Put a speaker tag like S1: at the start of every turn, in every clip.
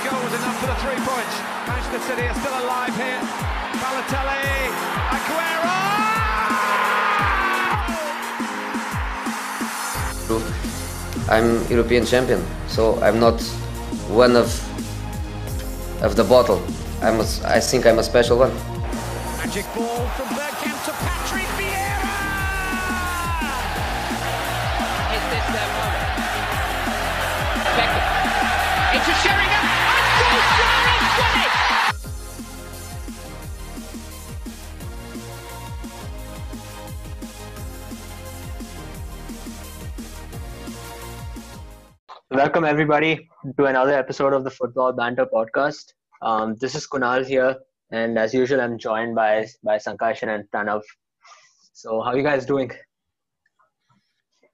S1: for the three points. Manchester City are still alive here. Balotelli, Aguero!
S2: I'm European champion, so I'm not one of of the bottle. I'm a, I think I'm a special one.
S1: Magic ball from Bergkamp to Patrick Vieira.
S3: Is this their moment? Beckham into Sheringham and goal! Suarez won it.
S4: Welcome everybody to another episode of the Football Banter podcast. Um, this is Kunal here, and as usual, I'm joined by by Sankashan and Pranav. So, how are you guys doing?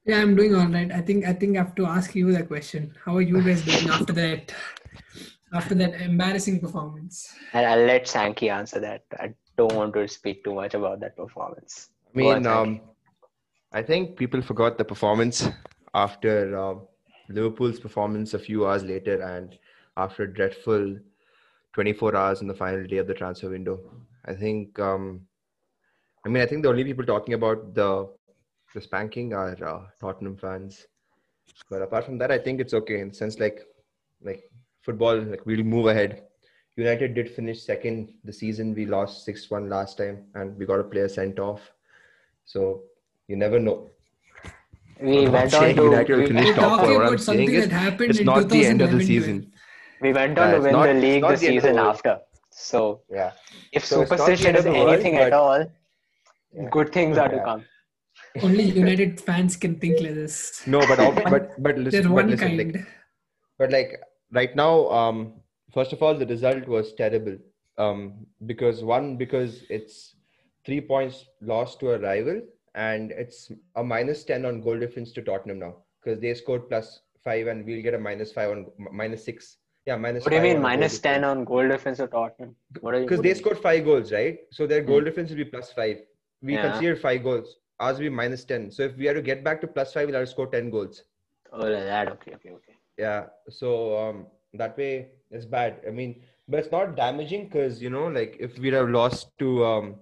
S5: Yeah, I'm doing all right. I think I think I have to ask you the question. How are you guys doing after that? After that embarrassing performance.
S4: And I'll let Sankey answer that. I don't want to speak too much about that performance.
S6: I mean, um, I think people forgot the performance after uh, Liverpool's performance a few hours later, and after a dreadful 24 hours in the final day of the transfer window. I think, um, I mean, I think the only people talking about the the spanking are uh, Tottenham fans. But apart from that, I think it's okay in the sense like like football, like we'll move ahead. United did finish second the season. We lost six one last time, and we got a player sent off. So you never know.
S4: We I'm went on to
S6: United
S4: we,
S6: finish top four. What I'm saying is, it's not the end of the season.
S4: We went on yeah, to win not, the league the, the season after. So
S6: yeah,
S4: if so superstition is anything world, at all, yeah. good things are yeah. to come.
S5: Only United fans can think like this.
S6: No, but but but listen,
S5: They're one
S6: but listen,
S5: kind.
S6: Like, but like right now, um, first of all, the result was terrible. Um, because one, because it's three points lost to a rival, and it's a minus ten on goal difference to Tottenham now because they scored plus five, and we'll get a minus five on minus six. Yeah, minus.
S4: What do you mean minus ten on goal difference to Tottenham? What are you?
S6: Because they scored five goals, right? So their
S5: Hmm.
S6: goal mm. difference will be plus five. We yeah. conceded five goals ours will be minus 10. So if we are to get back to plus 5, we'll have to score 10 goals.
S4: Oh, that. Okay, okay, okay.
S6: Yeah. So um, that way, it's bad. I mean, but it's not damaging because, you know, like if we'd have lost to um,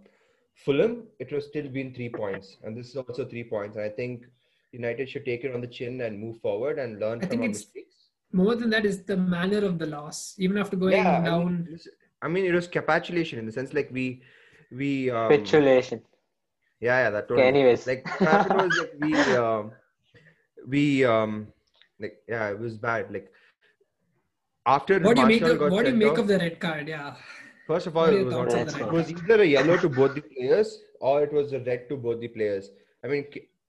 S6: Fulham, it would still been three points. And this is also three points. And I think United should take it on the chin and move forward and learn I from
S5: think it's mistakes. More than that is the manner of the loss, even after going
S6: yeah,
S5: down.
S6: I mean, I mean, it was capitulation in the sense like we. we um,
S4: Capitulation.
S6: Yeah, yeah, that. Totally.
S4: Okay, anyways,
S6: like that was like we um, we um, like yeah, it was bad. Like after
S5: what do you make of,
S6: what
S5: do you make off, of the red card? Yeah.
S6: First of all, it was, not, it was either a yellow to both the players or it was a red to both the players. I mean,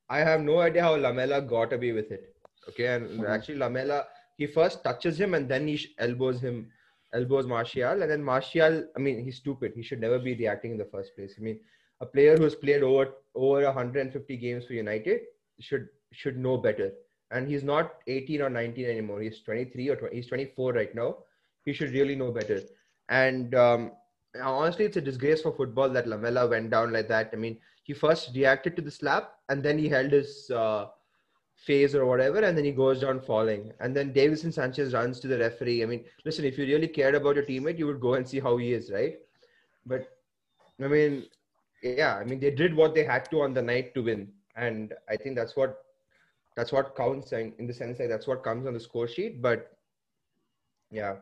S6: I have no idea how Lamela got away with it. Okay, and mm-hmm. actually Lamela he first touches him and then he elbows him, elbows Martial, and then Martial. I mean, he's stupid. He should never be reacting in the first place. I mean a player who's played over over 150 games for United should should know better. And he's not 18 or 19 anymore. He's 23 or 20, he's 24 right now. He should really know better. And um, honestly, it's a disgrace for football that Lamela went down like that. I mean, he first reacted to the slap and then he held his uh, face or whatever, and then he goes down falling. And then Davison Sanchez runs to the referee. I mean, listen, if you really cared about your teammate, you would go and see how he is, right? But I mean, yeah i mean they did what they had to on the night to win and i think that's what that's what counts and in the sense like that's what comes on the score sheet but yeah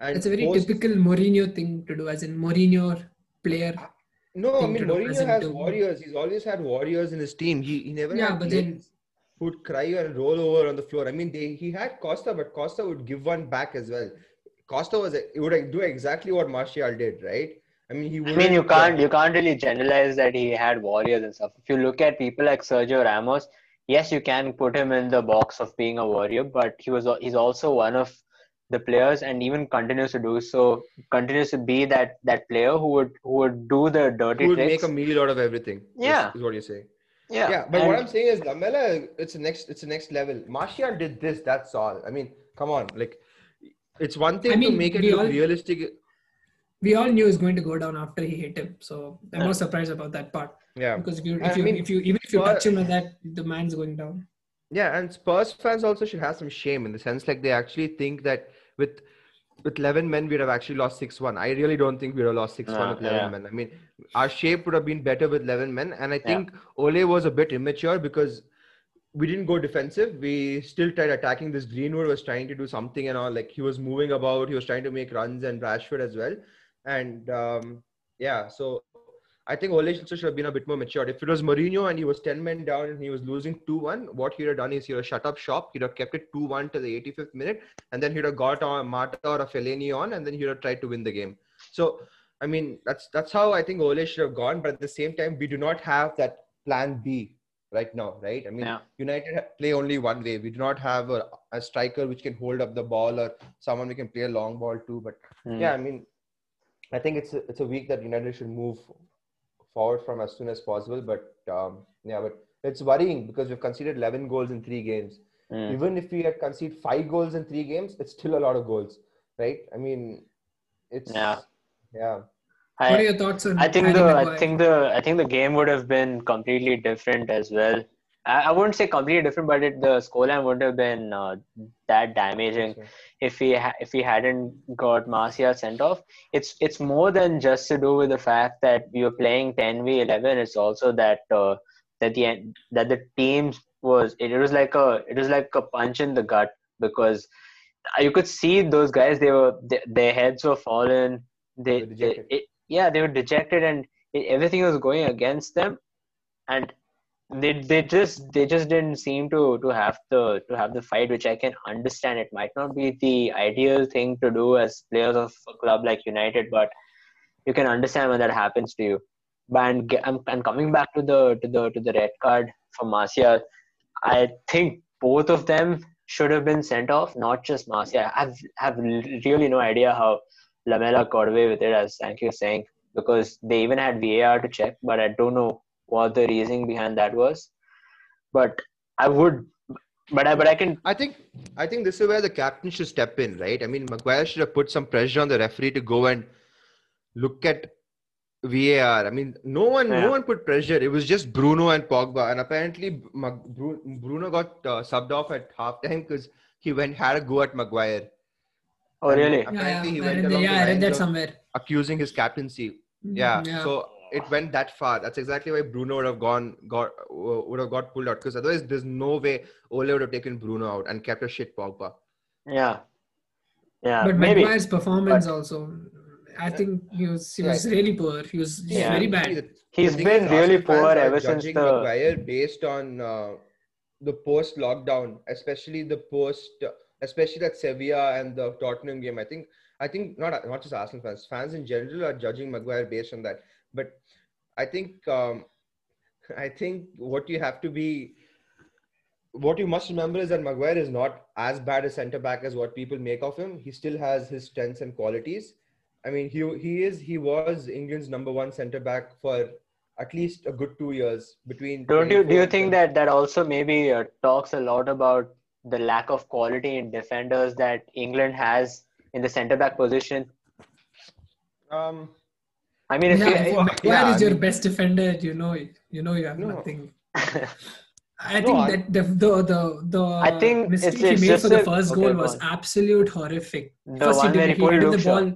S5: and it's a very post, typical Mourinho thing to do as in Mourinho player
S6: no i mean Mourinho has to. warriors he's always had warriors in his team he, he never
S5: yeah but then
S6: would cry and roll over on the floor i mean they he had costa but costa would give one back as well costa was it would do exactly what martial did right I mean,
S4: I mean, you can't you can't really generalize that he had warriors and stuff. If you look at people like Sergio Ramos, yes, you can put him in the box of being a warrior, but he was he's also one of the players, and even continues to do so, continues to be that that player who would who would do the dirty
S6: who would
S4: tricks.
S6: make a meal out of everything.
S4: Yeah,
S6: is, is what you're saying.
S4: Yeah,
S6: yeah. But and what I'm saying is Lamela, it's the next it's the next level. Martial did this. That's all. I mean, come on, like. It's one thing I mean, to make it look all... realistic
S5: we all knew he was going to go down after he hit him. So I'm yeah. not surprised about that part.
S6: Yeah.
S5: Because if you, if you, I mean, if you even if you touch him like that, the man's going down.
S6: Yeah, and Spurs fans also should have some shame in the sense like they actually think that with with 11 men, we'd have actually lost 6 1. I really don't think we'd have lost 6 1
S4: No,
S6: with 11
S4: yeah.
S6: men. I mean, our shape would have been better with 11 men. And I
S4: Yeah.
S6: think Ole was a bit immature because we didn't go defensive. We still tried attacking. This Greenwood was trying to do something and all. Like, he was moving about, he was trying to make runs and Rashford as well. And um, yeah, so I think Ole should have been a bit more matured. If it was Mourinho and he was 10 men down and he was losing 2 1, what he'd have done is he'd have shut up shop, he'd have kept it 2 1 till the 85th minute, and then he'd have got a Mata or a Fellaini on, and then he'd have tried to win the game. So, I mean, that's that's how I think Ole should have gone. But at the same time, we do not have that plan B right now, right? I mean,
S4: Yeah.
S6: United ha- play only one way. We do not have a, a striker which can hold up the ball or someone we can play a long ball to. But
S4: Hmm.
S6: yeah, I mean, I think it's a, it's a week that United should move forward from as soon as possible. But um, yeah, but it's worrying because we've conceded 11 goals in three games.
S4: Hmm.
S6: Even if we had conceded five goals in three games, it's still a lot of goals, right? I mean, it's
S4: Yeah.
S6: yeah.
S4: I-
S5: What are your thoughts on?
S4: I think
S5: Harry
S4: the I
S5: Maguire?
S4: think the I think the game would have been completely different as well. I, I wouldn't say completely different, but it, the scoreline wouldn't have been uh, that damaging if he ha- if he hadn't got Marcia sent off. It's it's more than just to do with the fact that we were playing 10 v 11. It's also that uh, that the en- that the team was it, was like a it was like a punch in the gut because you could see those guys they were they, their heads were fallen. They,
S6: They were
S4: they
S6: dejected.
S4: it, yeah they were dejected and it, everything was going against them and they they just they just didn't seem to to have the to have the fight which i can understand it might not be the ideal thing to do as players of a club like united but you can understand when that happens to you but and, ge- and- and coming back to the to the to the red card for marcia i think both of them should have been sent off not just marcia i've have really no idea how lamela got away with it as thank you saying because they even had var to check but i don't know what the reasoning behind that was. But I would, but I, but I can.
S6: I think I think this is where the captain should step in, right? I mean, Maguire should have put some pressure on the referee to go and look at VAR. I mean, no one
S4: Yeah.
S6: no one put pressure. It was just Bruno and Pogba, and apparently Mag- Bru- Bruno got uh, subbed off at halftime because he went had a go at Maguire,
S4: Oh, really?
S6: I-
S5: yeah,
S6: apparently he
S5: yeah, I
S6: went
S5: read, that-
S6: along
S5: yeah,
S6: the
S5: I read
S6: lines
S5: that
S6: of-
S5: somewhere.
S6: accusing his captaincy.
S5: Mm-hmm. Mm,
S6: Yeah, so it went that far. That's exactly why Bruno would have gone got would have got pulled out because otherwise there's no way Ole would have taken Bruno out and kept a shit Pogba.
S4: Yeah, yeah.
S5: but
S4: Uh, maybe.
S5: Maguire's performance also, I think he was he
S6: Yeah, I
S5: was
S6: think-
S5: really poor. He was he was
S4: Yeah.
S5: very bad.
S4: He's
S6: The thing
S4: been
S6: is,
S4: really
S6: Arsenal fans
S4: poor
S6: are
S4: ever since
S6: judging
S4: the-
S6: Maguire based on uh, the post lockdown, especially the post, especially that Sevilla and the Tottenham game. I think, I think not not just Arsenal fans, fans in general are judging Maguire based on that. But I think, um, I think what you have to be, what you must remember is that Maguire is not as bad a centre back as what people make of him. He still has his strengths and qualities. I mean, he he is he was England's number one centre back for at least a good two years between.
S4: Don't you do
S6: 24
S4: you
S6: and
S4: think
S6: 25.
S4: that that also maybe uh, talks a lot about the lack of quality in defenders that England has in the centre back position?
S6: Um,
S4: I mean, if
S5: yeah,
S4: you,
S5: if Maguire
S6: eh, yeah,
S5: is
S6: I
S5: your
S6: mean-
S5: best defender. You know, it. you know, you have
S6: No.
S5: nothing. I
S6: No,
S5: think
S6: I-
S5: that the the the, the
S4: I think
S5: mistake
S4: it's-
S5: he
S4: it's
S5: made
S4: just
S5: for the
S4: a-
S5: first
S4: okay,
S5: goal
S4: go
S5: was
S4: on.
S5: absolute horrific.
S4: The
S5: first
S4: one
S5: he
S4: where
S5: did,
S4: he
S5: he
S4: pulled
S5: headed the
S4: Luke Shaw.
S5: ball.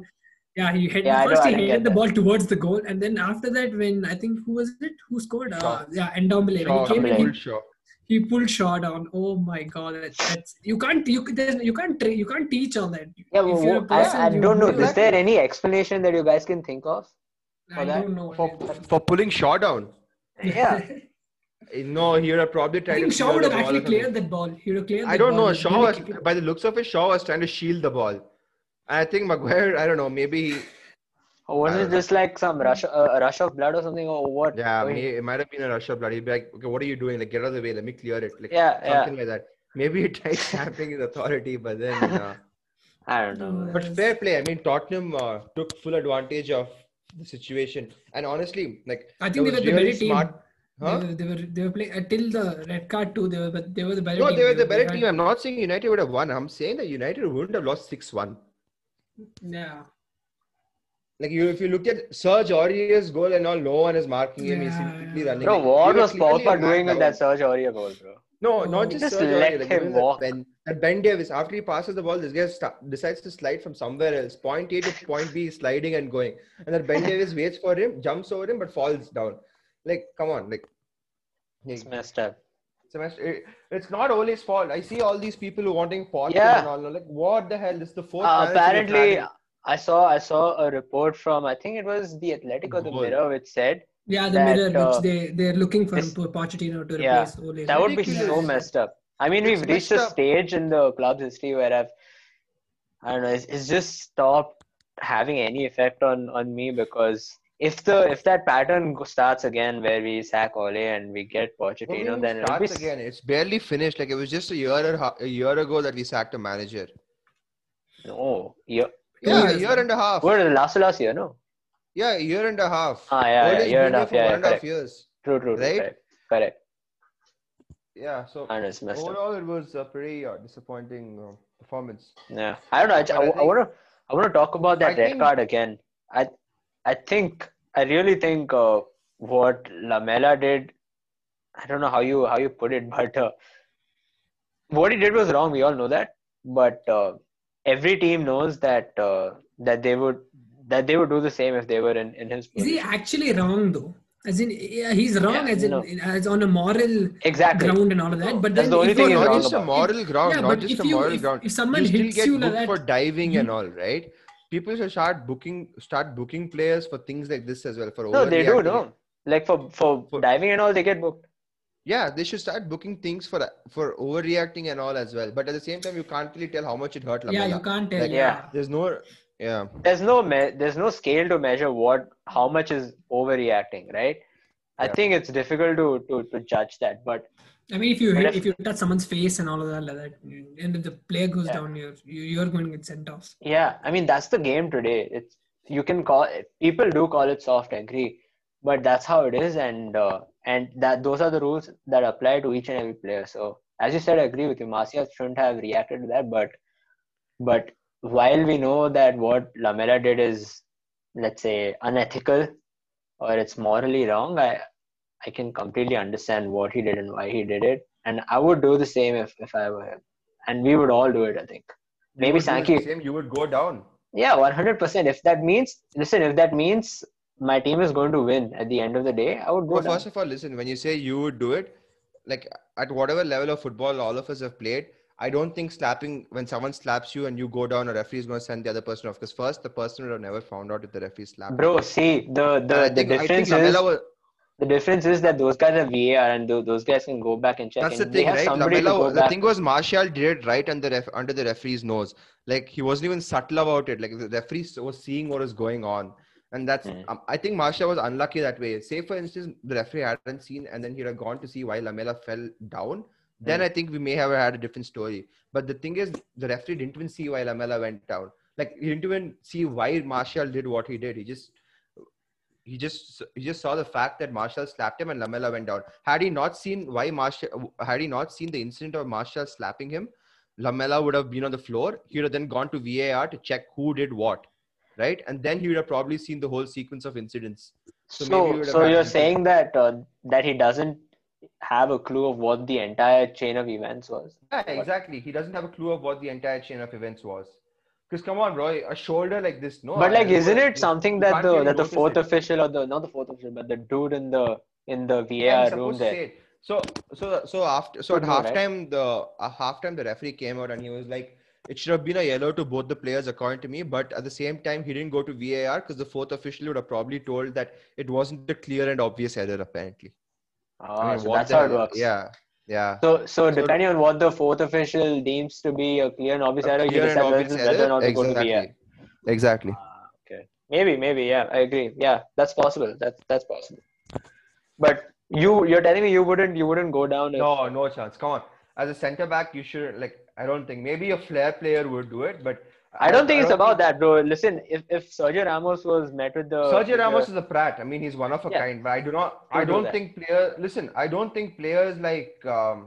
S5: Yeah, he hit
S4: Yeah, I know,
S5: first
S4: I
S5: he
S4: didn't
S5: headed
S4: get
S5: the
S4: that.
S5: ball towards the goal, and then after that, when I think who was it who scored? Uh,
S6: Shaw.
S5: yeah, Ndombele. When
S6: Shaw,
S5: he came in, he
S6: full Shaw.
S5: he pulled Shaw down. Oh my God, that, that's you can't you can- there's- you can't tra- you can't teach on that.
S4: yeah,
S5: If
S4: well,
S5: you're a person,
S4: I, I
S5: you
S4: don't know.
S5: do
S4: Is
S5: that.
S4: there any explanation that you guys can think of?
S5: I don't know.
S6: For, for pulling Shaw down.
S4: Yeah,
S6: eh, No, he would have probably
S5: I
S6: tried.
S5: think
S6: to
S5: Shaw
S6: clear
S5: would
S6: the
S5: have
S6: ball or
S5: actually
S6: something.
S5: cleared that ball. He would have cleared.
S6: I
S5: that
S6: don't
S5: ball.
S6: know. Shaw was,
S5: Didn't kick it.
S6: by the looks of it, Shaw was trying to shield the ball. And I think Maguire, I don't know, maybe,
S4: or was
S6: I
S4: it
S6: don't know.
S4: just like some rush, uh, a rush of blood or something, or what?
S6: yeah,
S4: I mean,
S6: may, it might have been a rush of blood. He'd be like, okay, what are you doing? Like, get out of the way. Let me clear it. Like,
S4: Yeah, yeah.
S6: something like that. Maybe he tried tapping his authority, but then. Uh,
S4: I don't know.
S6: But fair play. I mean, Tottenham uh, took full advantage of the situation. And honestly, like
S5: I think
S6: it
S5: they
S6: was
S5: were the
S6: really
S5: better team.
S6: Huh?
S5: They, were, they were they were playing uh, till the red card too. They were but they were the better
S6: No,
S5: team.
S6: they were the better
S5: had-
S6: team. I'm not saying United would have won. I'm saying that United wouldn't have lost six one.
S5: Yeah.
S6: Like you, if you look at Serge Aurier's goal and all, no one is marking him. He's
S5: Yeah,
S6: simply
S5: yeah.
S6: running.
S4: Bro,
S6: Like,
S4: what
S6: he
S4: was
S6: clearly a
S4: Pogba
S6: man
S4: doing with
S6: down.
S4: that Serge Aurier goal, bro?
S6: No,
S5: Oh.
S6: not just,
S4: Just
S6: Serge
S4: let
S6: Aurier, like,
S4: him
S6: even that
S4: walk.
S6: Ben, that Ben Davis, after he passes the ball, this guy st- decides to slide from somewhere else, point A to point B, sliding and going. And then Ben Davis waits for him, jumps over him, but falls down. Like, come on, like,
S4: It's messed up.
S6: it's, a mess- it- it's not all his fault. I see all these people who wanting Potter
S4: Yeah.
S6: and all. Like, what the hell? This is the fourth.
S4: Uh,
S6: manager we're
S4: apparently,
S6: planning.
S4: I saw I saw a report from I think it was the Athletic or the
S6: Goal.
S4: Mirror which said
S5: Yeah, the
S4: That,
S5: mirror
S4: uh,
S5: which they they're looking for
S4: this-
S5: Pochettino to
S4: Yeah,
S5: replace Ole.
S4: that would be so
S6: Ridiculous.
S4: messed up. I mean, we've
S6: It's
S4: reached a
S6: messed up.
S4: stage in the club's history where I've I don't know. It's, it's just stopped having any effect on on me because if the if that pattern go- starts again where we sack Ole and we get
S6: Don't
S4: Pochettino,
S6: even
S4: then it'll
S6: start
S4: be s-
S6: again. It's barely finished. Like it was just a year or ha- a year ago that we sacked a manager.
S4: no. Yeah,
S5: Two
S6: Yeah, a
S5: years
S6: year
S5: now.
S6: and a half.
S4: what last last year? No,
S6: Yeah, a year and a half.
S4: Ah, yeah,
S6: Ole
S4: yeah,
S6: has
S4: year
S6: been
S4: and a
S6: there
S4: half,
S6: for
S4: yeah,
S6: one and a half
S4: correct.
S6: years.
S4: true, true, true
S6: Right?
S4: correct, correct.
S6: Yeah, so
S4: I know it's messed up.
S6: overall it was a pretty uh, disappointing uh, performance.
S4: Yeah, I don't know. I,
S6: But I
S4: want to I want to talk about that
S6: I
S4: red
S6: think-
S4: card again. I I think I really think uh, what Lamela did. I don't know how you how you put it, but uh, what he did was wrong. We all know that, but uh, every team knows that uh, that they would that they would do the same if they were in in his
S5: Is
S4: position.
S5: he actually wrong though? As in, yeah, he's wrong
S4: Yeah,
S5: as in
S4: no.
S5: as on a moral
S4: exactly.
S5: ground and all of that. But
S4: That's
S5: then
S4: the only
S5: if
S4: thing
S5: you're
S4: he's
S6: not
S4: wrong
S5: honest-
S6: just a
S4: about.
S6: moral ground,
S5: Yeah,
S6: not
S5: but
S6: just
S5: if
S6: a
S5: you-
S6: moral
S5: if-
S6: ground.
S5: if someone
S6: you still
S5: hits
S6: get
S5: you like
S6: booked
S5: that-
S6: for diving
S5: Mhm.
S6: and all, right? People should start booking, start booking players for things like this as well. For
S4: No, they do.
S6: overreacting.
S4: No, like for for
S6: For-
S4: diving and all, they get booked.
S6: Yeah, they should start booking things for for overreacting and all as well. But at the same time, you can't really tell how much it hurt Lamela.
S5: yeah, you can't tell.
S6: Like,
S4: yeah.
S6: There's no, yeah,
S4: there's no me- there's no scale to measure what how much is overreacting right i
S6: Yeah.
S4: think it's difficult to, to to judge that but
S5: I mean, if you
S4: But
S5: hit,
S4: if-
S5: if you touch someone's face and all of that, like that, and if the player goes
S4: Yeah.
S5: down, you're you- you're going to get sent off.
S4: yeah i mean that's the game today it's you can call people do call it soft agree but that's how it is and uh, and that those are the rules that apply to each and every player so as you said i agree with you marcia shouldn't have reacted to that but but while we know that what lamela did is let's say unethical or it's morally wrong i i can completely understand what he did and why he did it and i would do the same if if i were him and we would all do it i think maybe sankey
S6: Same, you would go down.
S4: yeah, one hundred percent. If that means, listen, if that means my team is going to win at the end of the day, I would go.
S6: Well,
S4: down.
S6: first of all, listen, when you say you would do it, like at whatever level of football all of us have played, I don't think slapping when someone slaps you and you go down, a referee is going to send the other person off. Because first, the person would have never found out if the referee slapped.
S4: Bro,
S6: you.
S4: see the the,
S6: I
S4: the
S6: think- I think
S4: difference is
S6: Lamela was,
S4: the difference is that those guys are VAR and tho- those guys can go back and check.
S6: that's the
S4: and they
S6: thing,
S4: have
S6: right?
S4: somebody to
S6: Lamela,
S4: go
S6: was- the
S4: back.
S6: thing was Martial did it right under the ref, under the referee's nose. Like he wasn't even subtle about it. Like the referee was seeing what was going on. And that's,
S4: Mm.
S6: um, I think Martial was unlucky that way. Say, for instance, the referee hadn't seen and then he'd have gone to see why Lamela fell down. Then
S4: Mm.
S6: I think we may have had a different story. But the thing is, the referee didn't even see why Lamela went down. Like he didn't even see why Martial did what he did. He just he just he just saw the fact that Marshall slapped him and Lamela went down. Had he not seen why Marshall had he not seen the incident of Marshall slapping him, Lamela would have been on the floor. He would have then gone to VAR to check who did what, right? And then he would have probably seen the whole sequence of incidents.
S4: So,
S6: so maybe you
S4: so,
S6: would have had
S4: you're
S6: to-
S4: saying that uh, that he doesn't have a clue of what the entire chain of events was.
S6: Yeah, exactly. He doesn't have a clue of what the entire chain of events was. Because come on, Roy, a shoulder like this, no.
S4: but
S6: I-
S4: like,
S6: you
S4: isn't
S6: can't-
S4: it something
S6: you
S4: that
S6: can't
S4: the
S6: really
S4: that the
S6: notice
S4: fourth
S6: it.
S4: official or the not the fourth official, but the dude in the in the
S6: Yeah,
S4: VAR
S6: he's
S4: room
S6: supposed to
S4: there?
S6: say it. So so so after so at
S4: Good move, right?
S6: halftime the uh, halftime the referee came out and he was like it should have been a yellow to both the players according to me but at the same time he didn't go to VAR because the fourth official would have probably told that it wasn't a clear and obvious error apparently.
S4: Ah, so
S6: what
S4: that's
S6: the
S4: how it
S6: hell?
S4: works.
S6: Yeah, yeah.
S4: So, so depending on what the fourth official deems to be a clear and obvious
S6: A
S4: error, you
S6: clear and
S4: decide
S6: obvious
S4: whether, whether or not to go to VAR.
S6: Exactly. Exactly.
S4: Maybe, maybe, yeah, I agree. Yeah, that's possible. That's that's possible. But you, you're telling me you wouldn't, you wouldn't go down. If,
S6: No, no chance. Come on. As a centre back, you should like. I don't think maybe a flair player would do it, but
S4: I don't think it's about that, bro. Listen, if if Sergio Ramos was met with the
S6: Sergio
S4: with the-
S6: Ramos is a prat. I mean, he's one of a
S4: Yeah.
S6: kind. But I do not.
S4: He'll
S6: I
S4: do
S6: don't
S4: that.
S6: think players. Listen, I don't think players like um,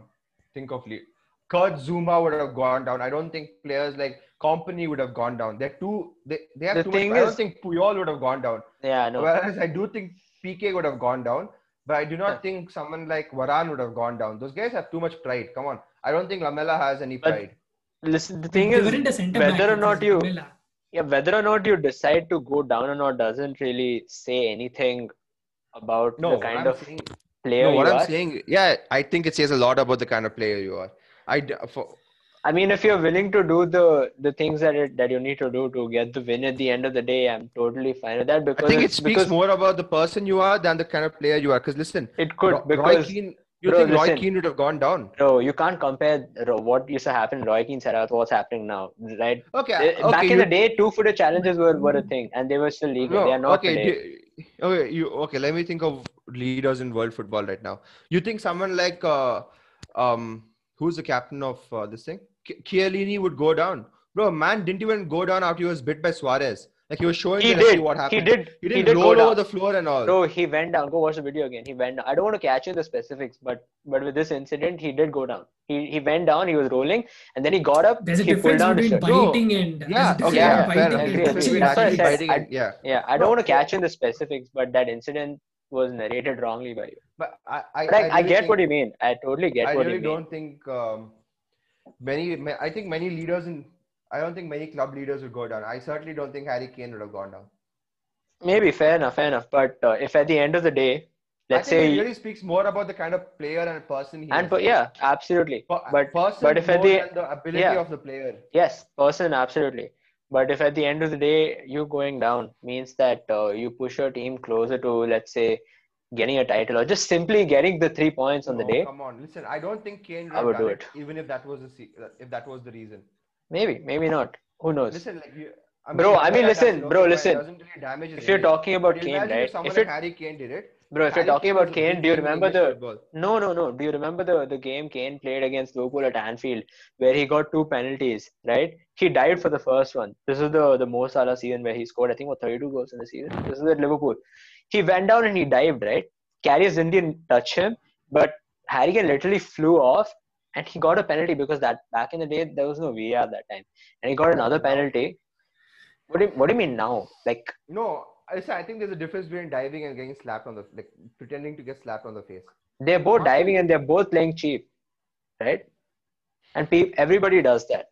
S6: think of Le- Kurt Zuma would have gone down. I don't think players like Company would have gone down. They're too. They, they have
S4: The
S6: too
S4: thing
S6: much. I
S4: is-
S6: don't think Puyol would have gone down.
S4: yeah, no,
S6: Whereas I do think PK would have gone down. But I do not think someone like Varan would have gone down. Those guys have too much pride. Come on. I don't think Lamela has any
S4: But-
S6: pride.
S4: listen, the thing
S5: They
S4: is,
S5: weren't a centre back,
S4: whether or
S5: it
S4: not
S5: was
S4: you,
S5: Villa.
S4: yeah, whether or not you decide to go down or not doesn't really say anything about
S6: No,
S4: the
S6: what
S4: kind
S6: I'm
S4: of
S6: saying-
S4: player
S6: no, what
S4: you
S6: I'm
S4: are.
S6: saying, yeah, I think it says a lot about the kind of player you are. I d- for,
S4: I mean, if you're willing to do the the things that it, that you need to do to get the win at the end of the day, I'm totally fine with that
S6: I
S4: because
S6: think it
S4: it's-
S6: speaks
S4: because
S6: more about the person you are than the kind of player you are. Because listen,
S4: It could,
S6: Ro- Roy
S4: because-
S6: Keane, you
S4: bro,
S6: think Roy
S4: listen.
S6: Keane would have gone down?
S4: No, you can't compare Ro- what used to happen in Roy Keane's era with what's happening now, right?
S6: Okay,
S4: Uh, Back
S6: okay,
S4: in the
S6: you-
S4: day, two footer challenges were, were a thing, and they were still legal. they are not
S6: okay,
S4: today.
S6: do- okay, you okay? Let me think of leaders in world football right now. You think someone like uh, um, who's the captain of uh, this thing? K- Chiellini would go down, bro. Man didn't even go down after he was bit by Suarez. Like he was showing
S4: He
S6: the referee
S4: did,
S6: what
S4: he
S6: happened.
S4: did,
S6: He
S4: he
S6: didn't
S4: did go
S6: roll over
S4: down.
S6: the floor and all.
S4: No, he went down. Go watch the video again. He went down. I don't want to catch you the specifics, but but with this incident, he did go down. He he went down. He was rolling, and then he got up.
S5: There's a
S4: he pulled
S5: difference
S4: down his
S5: between
S4: shirt.
S6: No.
S5: biting and there's a
S6: Yeah,
S5: difference
S6: okay, yeah,
S5: between
S6: fair,
S5: biting
S6: I
S5: and
S6: agree, I agree.
S5: touching
S6: We're
S4: That's what I
S6: actually
S4: said.
S6: biting it, yeah.
S4: Yeah, I don't want to catch you in the specifics, but that incident was narrated wrongly by you.
S6: But I, I,
S4: But I, I,
S6: really
S4: get
S6: think-
S4: what you mean. I totally get
S6: I
S4: what
S6: really
S4: you mean.
S6: don't think um, many. ma- I think many leaders in. I don't think many club leaders would go down. I certainly don't think Harry Kane would have gone down.
S4: Maybe fair enough, fair enough. But uh, if at the end of the day, let's
S6: I think
S4: say,
S6: it really speaks more about the kind of player and person he
S4: and
S6: is.
S4: per- yeah, absolutely.
S6: Per-
S4: but
S6: person
S4: but if at
S6: more
S4: the
S6: than the ability
S4: yeah.
S6: of the player.
S4: yes, person absolutely. But if at the end of the day you going down means that uh, you push your team closer to let's say getting a title or just simply getting the three points on the
S6: No,
S4: day,
S6: Come on, listen. I don't think Kane would
S4: I
S6: have
S4: would
S6: done
S4: do
S6: it, even if that was the se- if that was the reason.
S4: maybe maybe not. Who knows?
S6: Listen, like you.
S4: Bro, I mean,
S6: Lamela
S4: listen,
S6: does it,
S4: bro,
S6: but it
S4: listen.
S6: doesn't really damage his
S4: If you're
S6: image.
S4: talking about
S6: But
S4: Kane,
S6: imagine
S4: right?
S6: If someone
S4: If
S6: like
S4: you're-
S6: Harry Kane did it,
S4: Bro, if you're
S6: Harry
S4: talking
S6: Kane
S4: about
S6: was a big
S4: Kane, do you
S6: name in
S4: remember
S6: English
S4: the-
S6: football.
S4: No, no, no. Do you remember the, the game Kane played against Liverpool at Anfield where he got two penalties, right? He died for the first one. This is the, the Mo Salah season where he scored, I think, what, 32 goals in the season. This is at Liverpool. He went down and he dived, right? Carriers didn't even touch him, but Harry Kane literally flew off and he got a penalty because that back in the day, there was no VAR that time. And he got another penalty. What do you, what do you mean now? Like,
S6: No, I say I think there's a difference between diving and getting slapped on the like pretending to get slapped on the face.
S4: they're both diving and they're both playing cheap, right? And pe- everybody does that.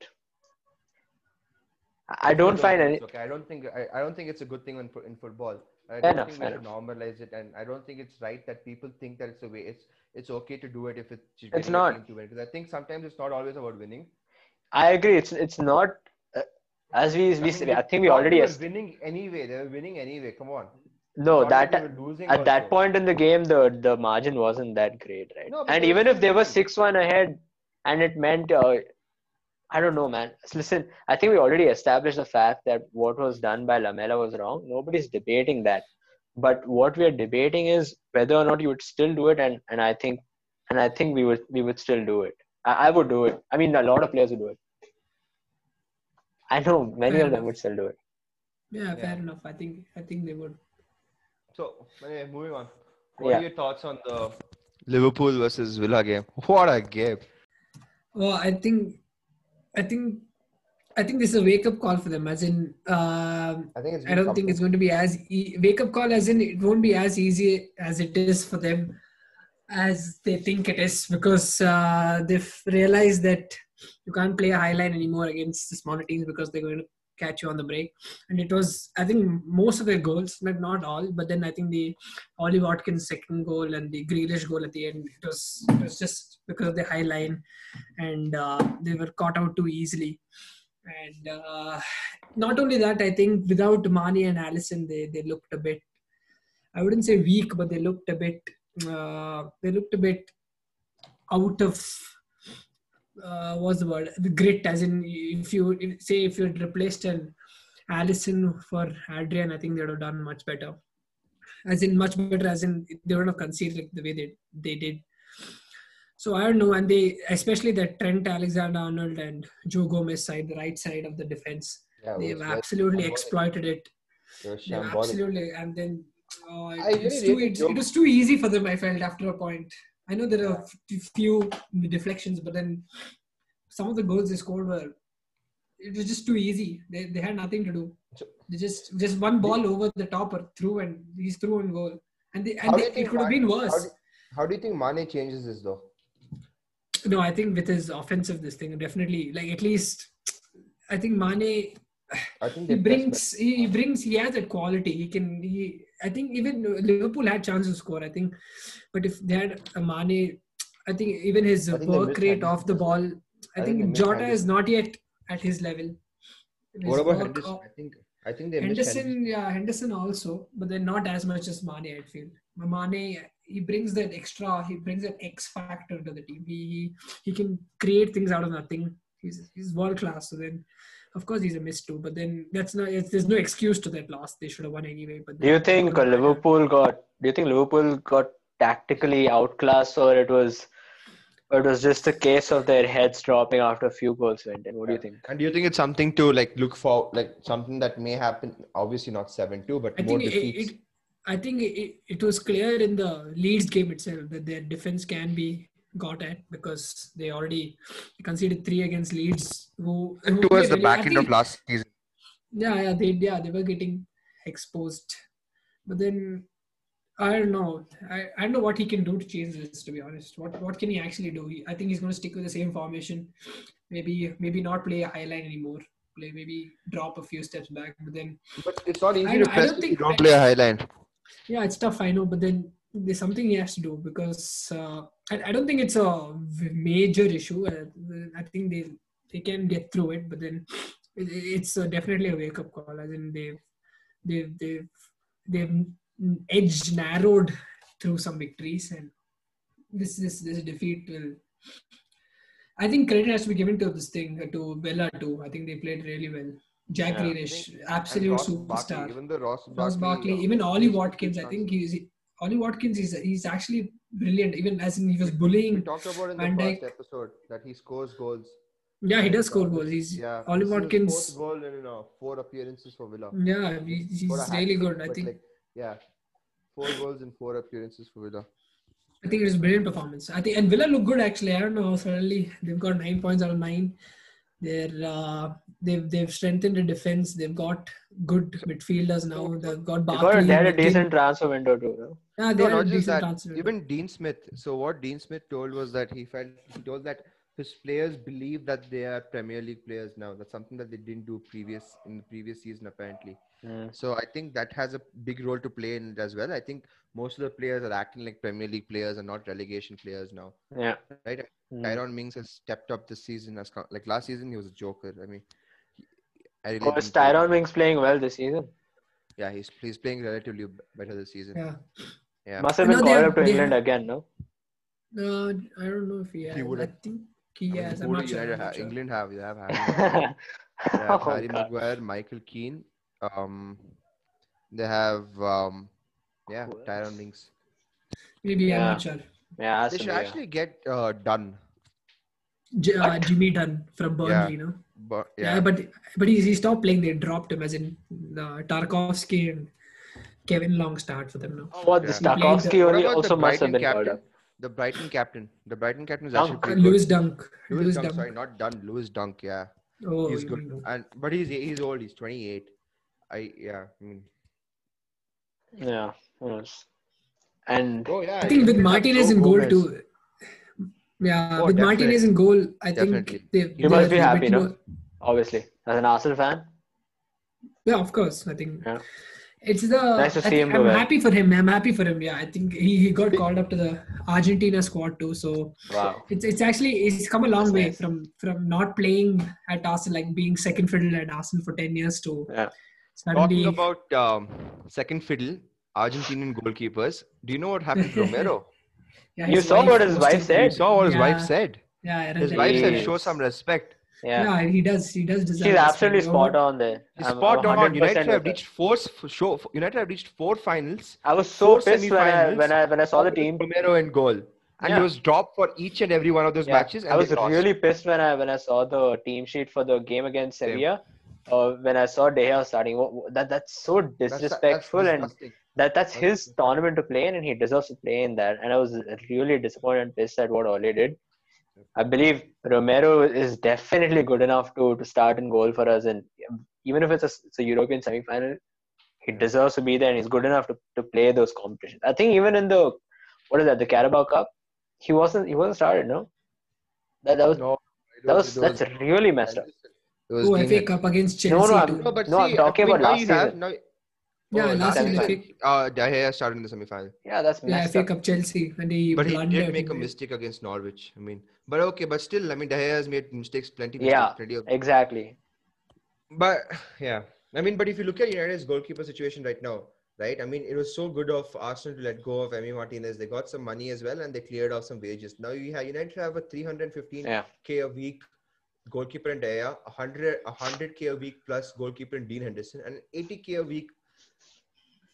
S4: I- I don't find any.
S6: It's okay. I don't think I, I don't think it's a good thing in, fo- in football. I
S4: Fair
S6: don't
S4: enough,
S6: think
S4: fair
S6: we should normalize it, and I don't think it's right that people think that it's a way. It's it's okay to do it if it's getting your
S4: not.
S6: team to win. Because I think sometimes it's not always about winning.
S4: I agree. It's it's not uh, as we we. I,
S6: mean,
S4: I think we
S6: thought
S4: already
S6: were
S4: es-
S6: winning anyway. They were winning anyway. Come on.
S4: no
S6: Thought
S4: that
S6: we were losing
S4: at that
S6: also.
S4: point in the game the the margin wasn't that great, right?
S6: No, but
S4: and
S6: they were
S4: even if
S6: still
S4: they were
S6: winning.
S4: six one ahead, and it meant. Uh, I don't know, man. Listen, I think we already established the fact that what was done by Lamela was wrong. Nobody's debating that. but what we are debating is whether or not you would still do it and and i think and i think we would we would still do it i, I would do it i mean a lot of players would do it i know many of them would still do it
S5: Yeah, fair enough. I think I think they would.
S6: So anyway, moving on. What
S4: Yeah.
S6: are your thoughts on the Liverpool versus Villa game? What a game!
S5: Oh, I think, I think, I think this is a wake up call for them. As in, um,
S6: I think it's.
S5: I don't think it's going to be as e- wake up call. As in, it won't be as easy as it is for them as they think it is because uh, they've realized that you can't play a high line anymore against the smaller teams because they're going to catch you on the break. And it was, I think, most of their goals, not not all, but then I think the Ollie Watkins second goal and the Grealish goal at the end, it was it was just because of the high line, and uh, they were caught out too easily. And uh, not only that, I think without Mane and Allison, they they looked a bit, I wouldn't say weak, but they looked a bit, uh, they looked a bit out of uh, what's the word the grit as in if you if- say if you had replaced an Allison for Adrian I think they would have done much better as in much better as in they would have conceded like the way they they did so I don't know and they especially that Trent Alexander-Arnold and Joe Gomez side the right side of the defense
S6: Yeah, it
S5: they've
S6: was-
S5: absolutely
S6: shambolic.
S5: exploited it
S6: It was
S5: they've
S6: shambolic.
S5: absolutely and then oh,
S6: I really
S5: it's too,
S6: really
S5: it's,
S6: don't-
S5: it was too easy for them I felt after a point I know there are a f- few deflections but then some of the goals they scored were it was just too easy. They, they had nothing to do. They just just one ball over the top or through and he's through and goal. And, they, and they,
S6: How do you
S5: it
S6: think
S5: could have
S6: Mane-
S5: been
S6: how
S5: worse.
S6: do- How do you think Mane changes this though?
S5: No, I think with his offensive, this thing definitely like at least. I think Mane
S6: I think
S5: he
S6: they
S5: brings he brings he has that quality he can he i think even liverpool had chances to score i think but if they had a Mane, i think even his
S6: I think they
S5: work rate
S6: mishandled
S5: off the ball i,
S6: I think
S5: think,
S6: they
S5: jota
S6: mishandled.
S5: is not yet at his level His
S6: What about
S5: work
S6: Henderson?
S5: off-
S6: I think I think they missed
S5: henderson yeah henderson also but then not as much as Mane, i feel Mane, he brings that extra he brings that x factor to the team he he can create things out of nothing he's he's world class so then of course he's a miss too but then that's not it's, there's no excuse to that loss they should have won anyway but
S4: Do you think uh, Liverpool got? Do you think Liverpool got tactically outclassed, or it was, or it was just a case of their heads dropping after a few goals went in? What do you think?
S6: And do you think it's something to like look for, like something that may happen? Obviously not seven two, but
S5: i
S6: more
S5: think it,
S6: defeats.
S5: it i think it, it was clear in the leeds game itself that their defense can be got at because they already conceded three against leeds who, who
S6: Towards the
S5: really- I
S6: back end
S5: think-
S6: of last season,
S5: yeah yeah they yeah they were getting exposed but then i don't know i, I don't know what he can do to change this to be honest what what can he actually do he, i think he's going to stick with the same formation maybe maybe not play a high line anymore play maybe drop a few steps back but then
S6: but it's not easy
S5: I-
S6: to
S5: I don't
S6: press if you
S5: think-
S6: don't
S5: I-
S6: play a high line.
S5: yeah it's tough i know but then there's something he has to do because uh, I, I don't think it's a v- major issue uh, i think they they can get through it but then it, it's uh, definitely a wake up call as in they've they've they've they've edge narrowed through some victories and this this this defeat will I think credit has to be given to this thing uh, to Vela too. I think they played really well. Jack
S4: Yeah.
S5: Grealish,
S6: And
S5: absolute
S6: Ross
S5: superstar.
S6: Barkley, even the Ross Barkley, uh,
S5: Ross Barkley, even Ollie Watkins. I think he's Ollie Watkins. He's he's actually brilliant. Even as in he was
S6: we
S5: bullying.
S6: talked about in
S5: Van
S6: the
S5: Dijk.
S6: first episode that he scores goals.
S5: Yeah, he does score goals. He's
S6: Yeah,
S5: Ollie
S6: this is his
S5: Watkins. Hmm.
S6: Fourth goal in uh, four appearances for Villa.
S5: Yeah, he,
S6: Scored a
S5: he's
S6: hat
S5: really
S6: trick,
S5: good. I
S6: but,
S5: think
S6: like, yeah, four goals in four appearances for Villa.
S5: I think it was a brilliant performance. I think and Villa look good actually. I don't know how suddenly they've got nine points out of nine. They're uh, they've they've strengthened the defense. They've got good midfielders now. They've got
S4: They,
S5: Barkley.
S4: got, they had a
S5: Watkins.
S4: decent transfer window too. No?
S5: Yeah, they
S6: No,
S5: had a
S6: not just
S5: decent
S6: that.
S5: transfer.
S6: Even Dean Smith. So what Dean Smith told was that he felt he told that his players believe that they are Premier League players now. That's something that they didn't do previous in the previous season apparently.
S4: Hmm,
S6: So I think that has a big role to play in it as well. I think most of the players are acting like Premier League players and not relegation players now,
S4: Yeah. Hmm.
S6: right?
S4: Mm.
S6: Tyrone Mings has stepped up this season as co- like last season he was a joker. I mean, he- I
S4: Of
S6: really
S4: course,
S6: didn't like-
S4: Tyrone Mings playing well this season.
S6: Yeah, he's he's playing relatively b- better this season.
S5: yeah.
S6: Yeah.
S4: Must have
S5: No,
S4: been
S5: they
S4: called
S5: have-
S4: up to
S5: they
S4: England
S5: have-
S4: again, no?
S5: No, Uh, I don't know if he has.
S6: would
S5: I
S6: have.
S5: think he
S6: I mean,
S5: has.
S6: who
S5: I'm
S6: do
S5: not sure.
S6: United
S5: I'm not
S6: ha-
S5: sure.
S6: England have they have Harry, Maguire,
S4: oh,
S6: they have Harry
S4: God.
S6: Maguire, Michael Keane. Um, they have um, yeah,
S4: Who else?
S6: Tyrone Mings.
S5: Maybe I'm
S4: Yeah.
S5: not sure.
S4: Yeah,
S6: They
S4: Aston
S6: should
S4: Villa.
S6: actually get uh, done,
S5: J- uh, Jimmy Dunn from
S6: Yeah.
S5: Burnley, no?
S6: but
S5: Yeah.
S6: yeah,
S5: but but he, he stopped playing. They dropped him as in uh, Tarkovsky and Kevin Long start for them now.
S4: Oh, what,
S6: Yeah.
S4: the
S5: He played
S4: Stakovsky
S5: the-
S6: What
S4: only
S6: about
S4: also
S6: the
S4: must have
S6: Brighton
S4: been called
S6: captain?
S4: up.
S6: The Brighton captain. The Brighton captain is
S4: Dunk.
S6: actually pretty good.
S5: Lewis Dunk.
S6: Lewis,
S5: Lewis
S6: Dunk,
S5: Dunk.
S6: sorry, not done. Lewis Dunk, yeah,
S5: Oh,
S6: he's
S5: you
S6: good.
S5: mean Dunk.
S6: And but he's he's old. He's 28. I yeah. I mean,
S4: Yeah. who knows? And
S6: oh yeah.
S5: I think with Martinez in goal
S6: Gomez.
S5: too. Yeah,
S6: Oh,
S5: with
S6: definitely.
S5: Martinez in goal, I
S6: Definitely.
S5: think they.
S4: You must be
S5: they're a
S4: happy,
S5: bit
S4: no?
S5: more-
S4: Obviously, as an Arsenal fan,
S5: Yeah, of course. I think
S4: Yeah.
S5: it's the.
S4: Nice to
S5: I
S4: see
S5: think
S4: him do
S5: I'm
S4: well.
S5: happy for him. I'm happy for him. Yeah, I think he, he got called up to the Argentina squad too. So
S4: wow.
S5: it's it's actually it's come a long
S4: That's
S5: way
S4: nice.
S5: from from not playing at Arsenal, like being second fiddle at Arsenal for ten years to
S4: Yeah.
S5: suddenly.
S6: Talking about um, second fiddle, Argentinian goalkeepers. Do you know what happened to Romero?
S5: yeah,
S4: You saw what his wife
S5: posted-
S6: you
S4: said.
S6: saw what his wife
S5: Yeah.
S6: said.
S5: Yeah, I read
S6: His
S5: that.
S6: wife said,
S4: Yes.
S6: "Show some respect."
S4: Yeah.
S5: Yeah, he does. He does deserve.
S4: She's
S5: respect.
S4: absolutely
S5: You know
S4: spot
S5: what?
S4: on there.
S6: He's
S4: I'm-
S6: spot
S4: I'm
S6: on.
S4: 100%
S6: United have
S4: with her.
S6: reached four. f- Show United have reached four finals.
S4: I was so
S6: four
S4: pissed when I,
S6: semifinals,
S4: when I when I saw the
S6: with
S4: team.
S6: Romero in goal, and
S4: Yeah.
S6: he was dropped for each and every one of those
S4: Yeah,
S6: matches. And
S4: I was
S6: they lost.
S4: really pissed when I when I saw the team sheet for the game against
S6: Same.
S4: Sevilla. Uh, when I saw De Gea starting, Wha- wha- that that's so
S6: That's- that's
S4: disrespectful, and
S6: disgusting.
S4: that that's
S6: That's
S4: his tournament to play in, and he deserves to play in that. And I was really disappointed and pissed at what Ole did. I believe Romero is definitely good enough to, to start in goal for us, and even if it's a, it's a European semi-final, he deserves to be there, and he's good enough to, to play those competitions. I think even in the what is that the Carabao Cup, he wasn't he wasn't started, no. That, that was
S6: No, it
S4: that
S6: was-
S4: was
S6: it
S4: that's really messed up.
S6: it was
S5: Oh,
S6: Dean
S5: FA
S6: Henderson.
S5: Cup against Chelsea.
S4: No, no, I'm-
S5: too.
S6: No, but
S4: No, I'm
S6: see,
S4: talking
S6: I mean,
S4: about
S6: now
S4: last
S6: you have-
S4: season.
S6: now-
S5: Yeah,
S6: oh,
S5: last
S6: that's
S5: season,
S6: fine.
S5: FA
S6: Uh, Dahe has started in the semi-final,
S4: Yeah, that's
S5: Yeah,
S4: messed
S5: FA
S4: up.
S5: Cup Chelsea, and he
S6: but he
S5: blundered
S6: did make a
S5: in it.
S6: mistake against Norwich. I mean, but okay, but still, I mean, Dahe has made mistakes, plenty.
S4: Yeah.
S6: mistakes, plenty of-
S4: Exactly.
S6: But yeah, I mean, but if you look at United's goalkeeper situation right now, right? I mean, it was so good of Arsenal to let go of Emi Martinez. They got some money as well, and they cleared off some wages. Now you have United have a 315k
S4: Yeah.
S6: a week goalkeeper in Daya, 100 100k a week plus goalkeeper in Dean Henderson, and 80k a week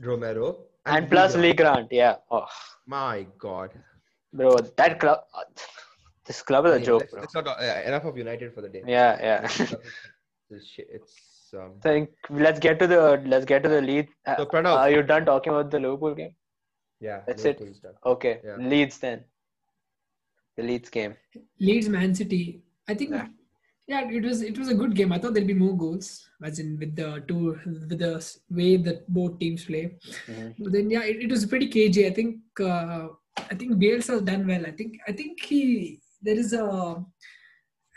S6: Romero,
S4: And, plus
S6: Villa.
S4: Lee Grant. Yeah. Oh,
S6: My God,
S4: bro, that club. This club is a
S6: Anyway,
S4: joke,
S6: let's-
S4: bro.
S6: let's not talk- uh, enough of United for the day.
S4: Yeah, yeah.
S6: This shit, it's um,
S4: So I think let's get to the let's get to the lead.
S6: so
S4: Are
S6: Pranav,
S4: you done talking about the Liverpool game?
S6: yeah,
S4: that's it.
S6: Liverpool's done.
S4: Okay,
S6: Yeah.
S4: Leeds then. The Leeds game.
S5: Leeds Man City. I think
S4: Yeah.
S5: yeah. it was it was a good game. I thought there'd be more goals, as in with the two with the s- way that both teams play.
S4: Mhm.
S5: But then yeah, it, it was pretty cagey. I think uh, I think Bielsa done well. I think I think he there is a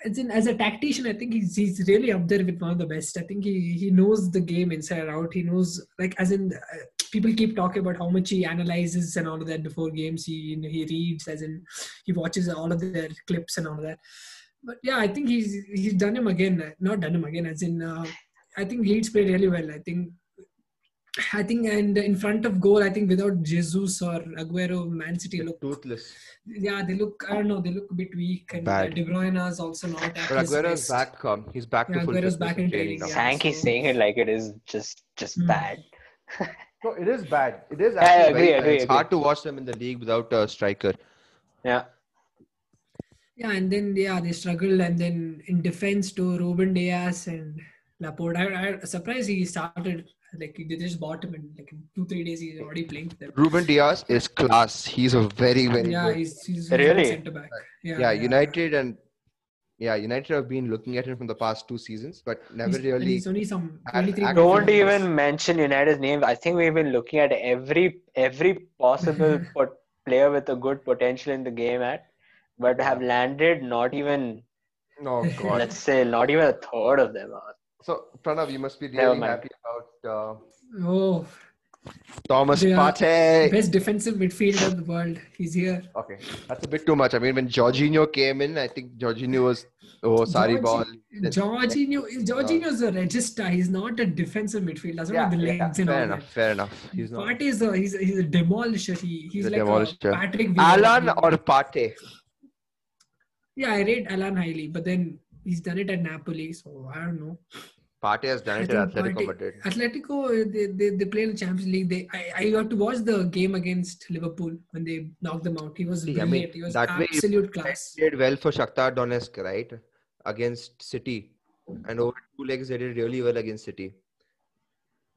S5: as in as a tactician, I think he's he's really up there with one of the best. I think he he knows the game inside and out. He knows like as in. Uh, People keep talking about how much he analyzes and all of that before games. He he reads, as in he watches all of their clips and all of that. But yeah, I think he's he's done him again. Not done him again. As in, uh, I think Leeds played really well. I think, I think, and in front of goal, I think without Jesus or Aguero, Man City look.
S6: Toothless.
S5: Yeah, they look. I don't know. They look a bit weak. And uh,
S6: Bad.
S5: De Bruyne is also not. At
S6: But
S5: his
S6: Aguero's
S5: best.
S6: back. Um, he's back
S5: Yeah,
S6: to full
S5: Aguero's
S6: fitness
S5: back
S6: and
S5: in
S6: training
S5: training,
S6: now.
S5: yeah.
S4: Thank you
S5: so-
S4: saying it like it is just just
S5: Hmm.
S4: bad.
S6: No, it is bad. It is.
S4: I
S6: actually
S4: agree,
S6: very-
S4: agree,
S6: It's
S4: agree.
S6: hard to watch them in the league without a striker.
S4: Yeah.
S5: Yeah, and then yeah, they struggled, and then in defense to Ruben Diaz and Laporte. I, I surprised he started. Like they just bought him, and like in two three days he's already playing for them.
S6: Ruben Diaz is class. He's a very, very
S5: yeah,
S6: good.
S5: he's, he's
S4: Really?
S5: centre back. Yeah,
S6: yeah, United and yeah, United have been looking at him from the past two seasons, but never
S5: He's, and
S6: really.
S5: he's only some
S6: had
S5: 23
S6: act-
S5: goals.
S4: Don't even mention United's name. I think we've been looking at every every possible pot- player with a good potential in the game at, but have landed not even
S6: No Oh, God.
S4: let's say not even a third of them.
S6: so Pranav, you must be
S4: Never
S6: really
S4: mind.
S6: happy about uh,
S5: Oh,
S6: Thomas
S5: Yeah.
S6: Partey.
S5: best defensive midfielder of the world. He's here.
S6: Okay, that's a bit too much. I mean, when Jorginho came in, I think Jorginho was oh sorry
S5: Jorgi-
S6: ball.
S5: Jorginho, Jorginho is a regista. He's not a defensive midfielder. That's
S6: Yeah,
S5: one of the
S6: yeah,
S5: legs and
S6: fair
S5: all
S6: enough.
S5: that.
S6: Fair enough. He's not.
S5: Partey is a he's, a- he's a demolisher. He, he's
S6: a
S5: like
S6: demolisher.
S5: A Patrick. Vieira.
S6: Alan or Partey?
S5: yeah, I rate Alan highly, but then he's done it at Napoli, so I don't know.
S6: Partey has done
S5: I
S6: it
S5: think
S6: at Atletico
S5: Partey-
S6: Madrid.
S5: Atletico, they, they, they play in the Champions League. They I, I got to watch the game against Liverpool when they knocked them out. He was
S6: See, I mean,
S5: brilliant. he was
S6: that way-
S5: absolute class.
S6: Did well for Shakhtar Donetsk, right? Against City, and over two legs they did really well against City.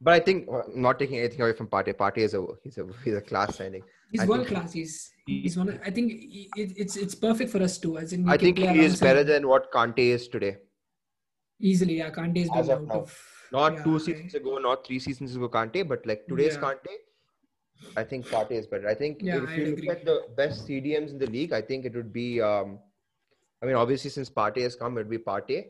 S6: But I think uh, not taking anything away from Partey. Partey is a he's a he's a class signing.
S5: He's
S6: I
S5: world
S6: think-
S5: class. He's he's one. Of, I think he- it, it's it's perfect for us too. As in, we
S6: I
S5: can
S6: think
S5: play
S6: he is
S5: alongside
S6: better than what Kante is today.
S5: easily. Yeah, Kante is
S6: As
S5: being
S6: of
S5: out
S6: now.
S5: of
S6: Not
S5: yeah,
S6: two
S5: I-
S6: seasons ago, not three seasons ago Kante, but like today's
S5: Yeah.
S6: Kante. I think Partey is better. I think
S5: Yeah,
S6: if
S5: I'd
S6: you look
S5: agree.
S6: at the best CDMs in the league, I think it would be. Um, I mean, obviously, since Partey has come, it'll be Partey.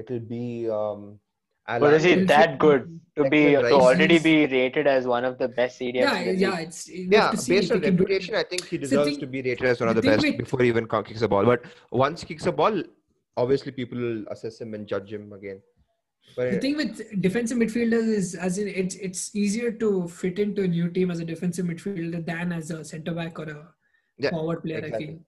S6: It'll be. Um,
S4: But is he
S5: Alan-
S4: that good to be to
S6: Declan Rice.
S4: already be rated as one of the best CDMs?
S5: Yeah,
S4: in the
S5: yeah.
S4: league?
S5: It's we have
S6: Yeah,
S5: to see
S6: based
S5: if
S6: on
S5: he can do it.
S6: reputation, I think he
S5: the
S6: deserves
S5: thing-
S6: to be rated as one of
S5: the
S6: the
S5: thing
S6: best
S5: with-
S6: before he even co- kicks a ball. But once he kicks a ball, obviously people will assess him and judge him again. But
S5: The thing with defensive midfielders is, as in, it's it's easier to fit into a new team as a defensive midfielder than as a centre back or a
S6: Yeah,
S5: forward player.
S6: exactly.
S5: I feel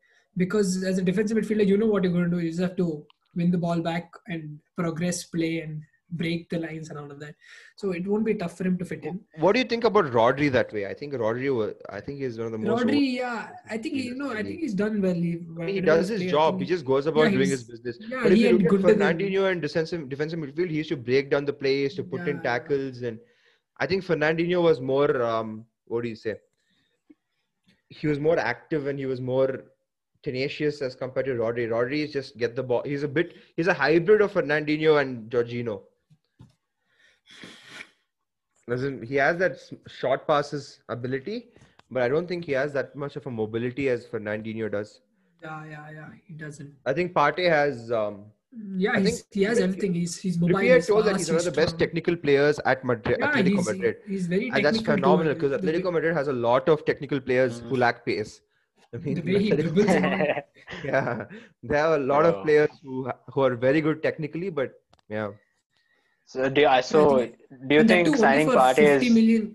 S5: because as a defensive midfielder, you know what you're going to do. You just have to win the ball back and progress play and break the lines and all of that. So it won't be tough for him to fit in.
S6: what do you think about Rodri that way? I think Rodri, wa- I think he's one of the most.
S5: Rodri, yeah, I think he, no, I think he's done well. He,
S6: he does his job. He just goes about
S5: Yeah,
S6: doing
S5: he's-
S6: his business.
S5: yeah,
S6: but if
S5: he
S6: you
S5: and
S6: look at
S5: Gundogan-
S6: Fernandinho and defensive defensive midfield, he used to break down the play, he used to put in
S5: Yeah.
S6: tackles, and I think Fernandinho was more. Um, what do you say? He was more active and he was more tenacious as compared to Rodri. Rodri is just get the ball. He's a bit. He's a hybrid of Fernandinho and Jorginho. Doesn't he has that s- short passes ability, but I don't think he has that much of a mobility as Fernandinho does.
S5: Yeah, yeah, yeah. He doesn't.
S6: I think Partey has. Um,
S5: Yeah,
S6: I
S5: he's,
S6: think
S5: he has
S6: Trippier-
S5: everything. He's he's mobile.
S6: Trippier
S5: he's
S6: told that
S5: fast,
S6: he's one of the best
S5: strong.
S6: technical players at Madrid,
S5: Yeah,
S6: Atletico
S5: he's,
S6: Madrid,
S5: he's very
S6: and that's
S5: technical too.
S6: phenomenal because
S5: The
S6: Atletico
S5: way-
S6: Madrid has a lot of technical players who lack pace. I mean,
S5: The way he
S6: Atletico-
S5: dribbles around.
S6: yeah, they have a lot of
S4: Yeah.
S6: players who who are very good technically, but yeah,
S4: so do I, so
S5: think-
S4: do you
S5: And that too,
S4: think
S5: only
S4: signing
S5: for
S4: Partey
S5: 50
S4: is
S5: million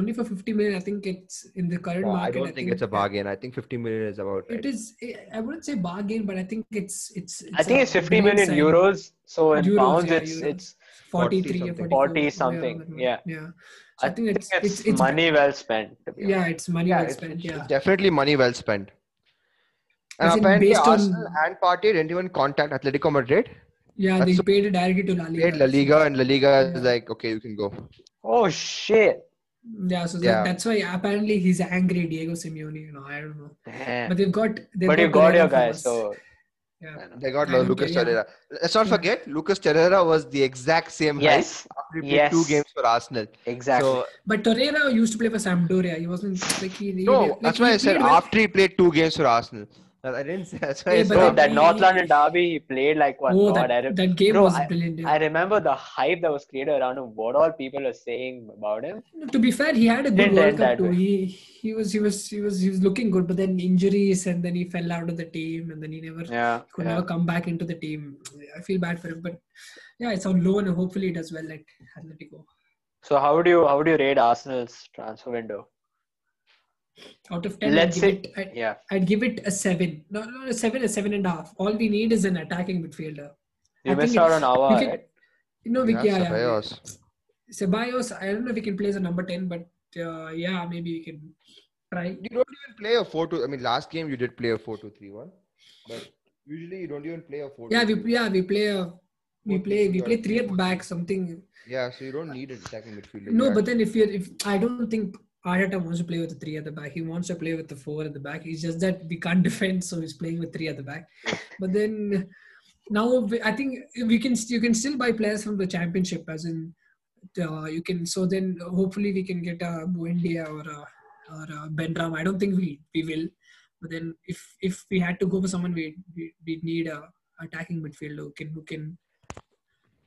S5: only for 50 million, I think it's in the current
S6: no,
S5: market.
S6: I don't think it's a bargain. I think 50 million is about right.
S5: It is. eh, I wouldn't say bargain, but I think it's it's.
S4: I think
S5: a
S4: it's 50
S5: great
S4: million
S5: sign.
S4: euros. So in
S5: Euros,
S4: pounds,
S5: yeah,
S4: it's
S5: euros.
S4: it's
S5: 43 or
S6: 40
S5: 44,
S4: 40
S5: yeah,
S4: something,
S5: that much.
S4: yeah.
S5: Yeah. So I think it's
S4: it's,
S5: it's, it's
S4: money well spent. to be
S5: Yeah, it's money well
S6: it's-
S5: spent.
S6: it's
S5: Yeah.
S6: definitely money well spent. And
S5: As in
S6: apparently,
S5: based on-
S6: Arsenal and Partey didn't even contact Atletico Madrid.
S5: Yeah, they
S6: That's-
S5: paid it directly to La Liga.
S6: Played La Liga, and La Liga is
S5: Yeah.
S6: like, okay, you can go.
S4: Oh shit!
S5: Yeah, so that-
S6: Yeah.
S5: that's why apparently he's angry, Diego Simeone. You know, I don't know. But
S4: Damn.
S5: they've got. They've
S4: But you got
S5: Pereira
S4: your
S5: from
S4: guy,
S5: us.
S4: so
S5: Yeah.
S6: They got
S5: I don't
S6: Lucas
S5: care, uh, yeah.
S6: Torreira. Let's not
S5: Yeah.
S6: forget, Lucas Torreira was the exact same height
S4: yes,
S6: after he played two
S4: yes.
S6: games for Arsenal.
S4: exactly.
S6: So
S5: But Torreira used to play for Sampdoria. He wasn't like he. he-
S6: no,
S5: like,
S6: that's
S5: he
S6: why I said
S5: played well.
S6: after he played two games for Arsenal. That- I didn't say that's why I
S5: Yeah, but
S6: said.
S4: Bro,
S5: then
S4: that
S5: he-
S4: North London derby, he played like one.
S5: Oh,
S4: God, I
S5: that,
S4: rem-
S5: that game
S4: Bro,
S5: was brilliant. yeah.
S4: I remember the hype that was created around him. What all people are saying about him.
S5: No, to be fair, he had a good
S4: Didn't
S5: World
S4: end
S5: Cup
S4: that
S5: too.
S4: way.
S5: He he was he was he was he was looking good, but then injuries and then he fell out of the team and then he never
S4: Yeah.
S5: could never come back into the team. I feel bad for him, but yeah, it's on loan and hopefully he does well at Atletico.
S4: So how do you how do you rate Arsenal's transfer window?
S5: Out of 10
S4: Let's
S5: I'd
S4: say-
S5: give it, I'd,
S4: Yeah.
S5: I'd give it a seven. No, no, a seven, a seven and a half. All we need is an attacking midfielder.
S4: You
S5: I think
S4: missed out on
S5: it's-
S4: Awa,
S5: we can-
S4: right?
S5: No, we, yeah, yeah, yeah.
S6: Ceballos.
S5: Ceballos, I don't know if he can play as a number ten, but uh, yeah, maybe we can try.
S6: You don't even play a 4 2. I mean, last game you did play a 4 2 3 1. But usually you don't even play a 4
S5: Yeah, we yeah we play a, we
S6: What
S5: play
S6: if
S5: we
S6: you are
S5: play
S6: a
S5: three at
S6: team
S5: back something.
S6: Yeah, so you don't need an attacking midfielder.
S5: No,
S6: yeah.
S5: but then if you're if I don't think Arteta wants to play with the three at the back. He wants to play with the four at the back. He's just that we can't defend, so he's playing with three at the back. But then now we- I think we can you can still buy players from the championship, as in uh, you can. So then hopefully we can get a Buendia or a or a Benram. I don't think we we will. But then if if we had to go for someone, we we we need a attacking midfielder who can who can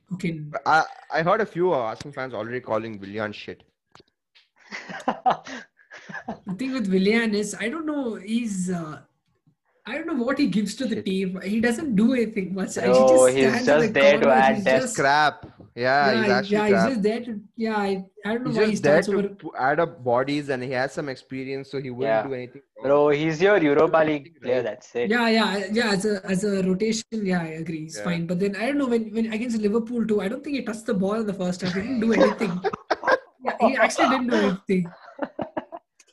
S5: who can
S6: But I, I heard a few Arsenal fans already calling Willian shit.
S5: The thing with Willian is I don't know. He's uh, I don't know what he gives to the team. He doesn't do anything much.
S4: No, he's
S5: stands at
S4: just
S5: the
S4: there to
S5: corner.
S4: add
S5: He's
S4: depth.
S5: just-
S6: Crap. Yeah,
S5: Yeah,
S6: he's
S5: yeah,
S6: actually
S5: he's
S6: crap.
S5: just there to. Yeah, I, I don't know
S6: He's
S5: why he
S6: just there
S5: stands
S6: to
S5: over.
S6: p- add up bodies and he has some experience, so he wouldn't
S4: Yeah.
S6: do anything. wrong.
S4: Bro, he's your Europa League player. That's it.
S5: Yeah, yeah, I- yeah. As a as a rotation, yeah, I agree. He's
S6: Yeah.
S5: fine. But then I don't know when when against Liverpool too. I don't think he touched the ball in the first half. He didn't do anything. yeah, he actually didn't do anything.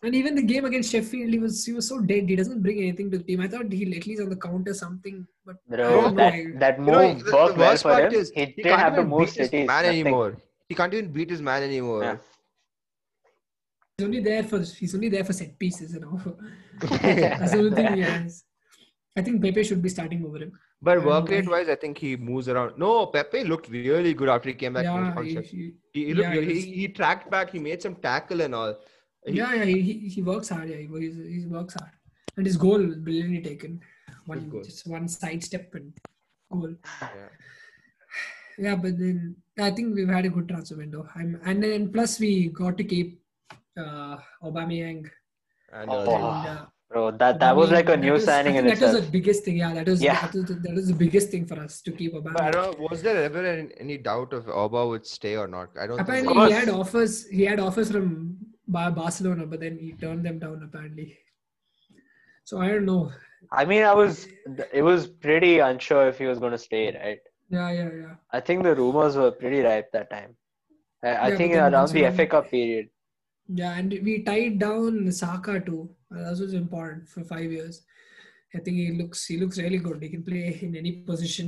S5: And even the game against Sheffield, he was he was so dead. He doesn't bring anything to the team. I thought he'll at least on the counter something, but
S4: Bro,
S5: don't
S4: that,
S5: know.
S4: that
S6: You know,
S4: move
S6: the- the
S4: worked well
S6: worst
S4: for him.
S6: part is
S4: he
S6: he
S4: didn't
S6: can't
S4: have to
S6: even
S4: move
S6: beat his
S4: cities.
S6: man
S4: nothing.
S6: anymore. He can't even beat his man anymore.
S4: Yeah.
S5: he's only there for he's only there for set pieces and all. That's the only thing he has. I think Pepe should be starting over him.
S6: But
S5: Yeah,
S6: work
S5: no,
S6: rate
S5: I-
S6: wise, I think he moves around. No, Pepe looked really good after he came back. from his
S5: yeah, he,
S6: contract.
S5: he-
S6: he, he, looked
S5: yeah, he
S6: really-
S5: was-
S6: he, he tracked back. He made some tackle and all. He-
S5: yeah, yeah, he, he, he works hard. Yeah, he, wo- he's, he works hard, and his goal brilliantly taken. One
S6: Good goal.
S5: just one side step and goal.
S6: Yeah.
S5: Yeah, but then I think we've had a good transfer window. I'm, and then plus we got to keep uh, Aubameyang.
S6: And,
S4: Oh.
S5: And,
S6: uh,
S5: uh,
S4: Bro, that, that was
S5: Aubameyang-
S4: like a new
S5: that was- I
S4: signing
S5: think
S4: in
S5: That
S4: itself.
S5: was the biggest thing. Yeah, that was
S4: Yeah.
S5: that was, the, that was the biggest thing for us to keep Aubameyang.
S6: but I don't know, was there ever any, any doubt of Oba would stay or not? I don't
S5: apparently
S6: think
S5: he
S6: so.
S5: had offers he had offers from Ba- barcelona but then he turned them down apparently so i don't know
S4: I mean, I was it was pretty unsure if he was going to stay, right?
S5: yeah yeah yeah
S4: I think the rumors were pretty ripe that time. I, I
S5: Yeah,
S4: think
S5: but then
S4: around
S5: once
S4: the
S5: you-
S4: FA Cup period.
S5: yeah and we tied down saka too Uh, that was important for five years i think he looks he looks really good he can play in any position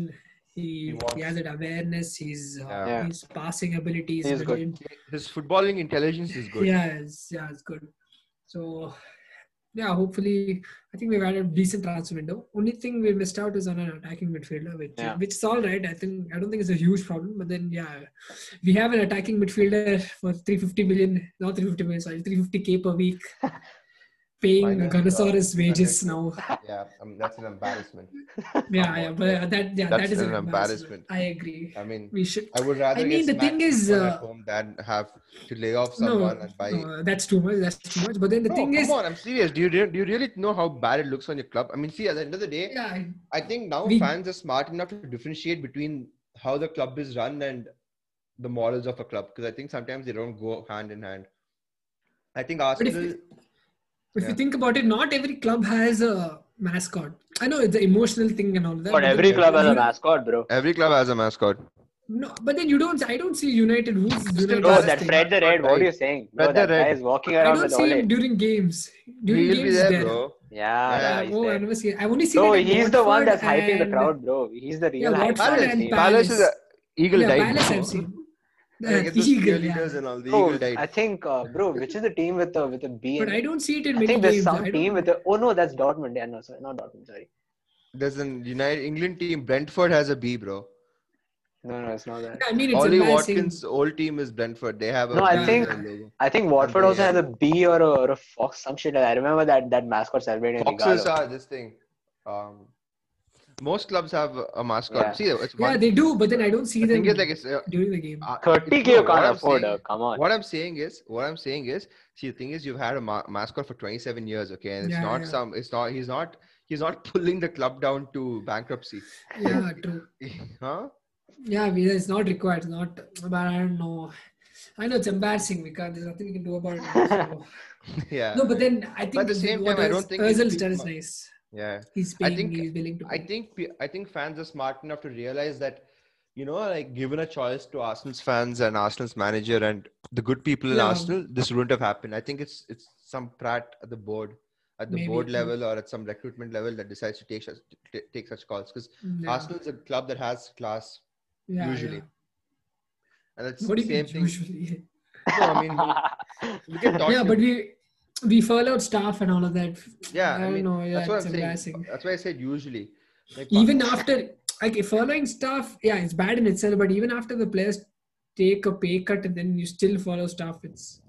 S5: he, he,
S6: wants-
S5: has that awareness he's uh,
S6: Yeah.
S4: Yeah.
S5: his passing abilities
S4: He's good.
S5: brilliant.
S6: His footballing intelligence is good.
S5: Yeah, it's, yeah, it's good. So, yeah, hopefully, I think we've had a decent transfer window. Only thing we missed out is on an attacking midfielder, which
S4: Yeah.
S5: which is all right. I think I don't think it's a huge problem. But then, yeah, we have an attacking midfielder for 350 million, not 350 million, sorry, 350k per week. paying Gunosaurus wages now.
S6: Yeah, I mean, that's an embarrassment.
S5: Yeah, yeah, but that yeah,
S6: That's
S5: that is
S6: an embarrassment.
S5: I agree.
S6: I mean,
S5: We should.
S6: I would rather.
S5: I
S6: get
S5: mean, the
S6: smacked
S5: thing is,
S6: people at
S5: uh,
S6: home than have to lay off
S5: No,
S6: someone and buy.
S5: no, that's too much. That's too much. But then the
S6: no,
S5: thing
S6: come
S5: is,
S6: on! I'm serious. Do you re- do you really know how bad it looks on your club? I mean, see, at the end of the day,
S5: yeah, I-
S6: I think now
S5: We-
S6: fans are smart enough to differentiate between how the club is run and the morals of a club because I think sometimes they don't go hand in hand. I think
S5: But if-
S6: Arsenal.
S5: if you
S6: Yeah.
S5: think about it, not every club has a mascot. I know it's an emotional thing and all that.
S4: But
S5: then-
S4: every club has a
S5: you-
S4: mascot, bro.
S6: Every club has a mascot.
S5: No, but then you don't. I don't see United. Who's United?
S4: Bro,
S6: That's
S4: that
S6: the-
S4: Fred the Red, what are you
S6: Right.
S4: saying?
S6: Fred
S4: Bro,
S6: the
S4: that guy
S6: Red.
S4: is walking
S5: I
S4: around
S5: don't
S4: with
S5: see him
S4: Ole.
S5: during games. During
S6: He'll
S5: games,
S6: be
S5: he's
S6: there,
S5: there.
S6: bro.
S4: Yeah, yeah,
S6: Yeah,
S5: Uh,
S4: he's
S5: oh, I
S4: there.
S5: never see. I've only seen.
S4: No,
S5: it at
S4: he's the one
S5: Watford
S4: that's hyping the
S5: and-
S4: crowd, bro. He's the real
S5: Yeah,
S4: hype.
S5: Watford
S4: man.
S5: and
S6: Palace is a
S5: Palace.
S6: eagle
S5: yeah,
S6: died.
S5: Palace I've seen. Uh,
S6: Like, it's those
S5: Eagle,
S6: cheerleaders
S5: yeah.
S6: and all, the
S4: Bro,
S6: eagle died.
S4: I think, uh, bro, which is the team with the with a B?
S5: But
S4: in
S5: I
S4: it?
S5: don't see it in
S4: I
S5: many
S4: think there's
S5: games. I
S4: some
S5: don't-
S4: team with a. Oh no, that's Dortmund. Yeah, no, sorry, not Dortmund. Sorry.
S6: There's an United England team. Brentford has a B, bro.
S4: No, no, it's not that.
S5: I mean, it's
S6: Ollie
S5: embarrassing.
S6: Watkins' old team is Brentford. They have a
S4: No, I
S6: B
S4: think-
S6: logo.
S4: I think Watford
S6: Yeah.
S4: also has a B or a, or a fox, some shit. I remember that that mascot celebrating.
S6: Foxes
S4: Regalo.
S6: are this thing. Um, most clubs have a mascot.
S4: Yeah.
S6: See, it's
S5: Yeah,
S6: one.
S5: they do, but then I don't see
S6: the
S5: them
S6: thing is, like, it's, uh,
S5: during the game.
S6: uh,
S4: Thirty
S6: it's-
S4: k
S6: no,
S4: you
S6: what
S4: can't
S6: I'm
S4: afford.
S6: saying-
S4: uh, Come on.
S6: What I'm saying is, what I'm saying is, see, the thing is, you've had a ma- mascot for 27 years, okay, and it's
S5: Yeah,
S6: not
S5: yeah.
S6: some, it's not, he's not, he's not pulling the club down to bankruptcy,
S5: Yeah, true.
S6: huh?
S5: Yeah, we- it's not required. Not, but I don't know. I know it's embarrassing. We can't. There's nothing we can do about it. So-
S6: yeah.
S5: no, but then I think
S6: at the same
S5: what
S6: time, I
S5: Öz-
S6: don't think it's
S5: Özil's
S6: big
S5: done is
S6: mo-
S5: nice.
S6: yeah.
S5: He's
S6: I
S5: paying.
S6: think-
S5: he's willing to.
S6: I
S5: pay.
S6: think pe- I think fans are smart enough to realize that, you know, like given a choice to Arsenal's fans and Arsenal's manager and the good people in
S5: Yeah.
S6: Arsenal, this wouldn't have happened. I think it's it's some prat at the board, at the
S5: Maybe,
S6: board
S5: yeah.
S6: level or at some recruitment level that decides to take such t- take such calls because
S5: Yeah,
S6: Arsenal is a club that has class
S5: yeah,
S6: usually,
S5: yeah.
S6: and it's
S5: What do
S6: the
S5: you
S6: same
S5: mean
S6: thing.
S5: usually?
S6: No, I mean, look at
S5: yeah,
S6: Tottenham.
S5: but we we furloughed staff and all of that. I
S6: yeah, I
S5: don't
S6: mean,
S5: know. Yeah,
S6: that's what
S5: it's
S6: I'm
S5: embarrassing.
S6: saying. That's why I said usually. Like,
S5: even after like if following staff yeah it's bad in itself but even after the players take a pay cut and then you still follow staff it's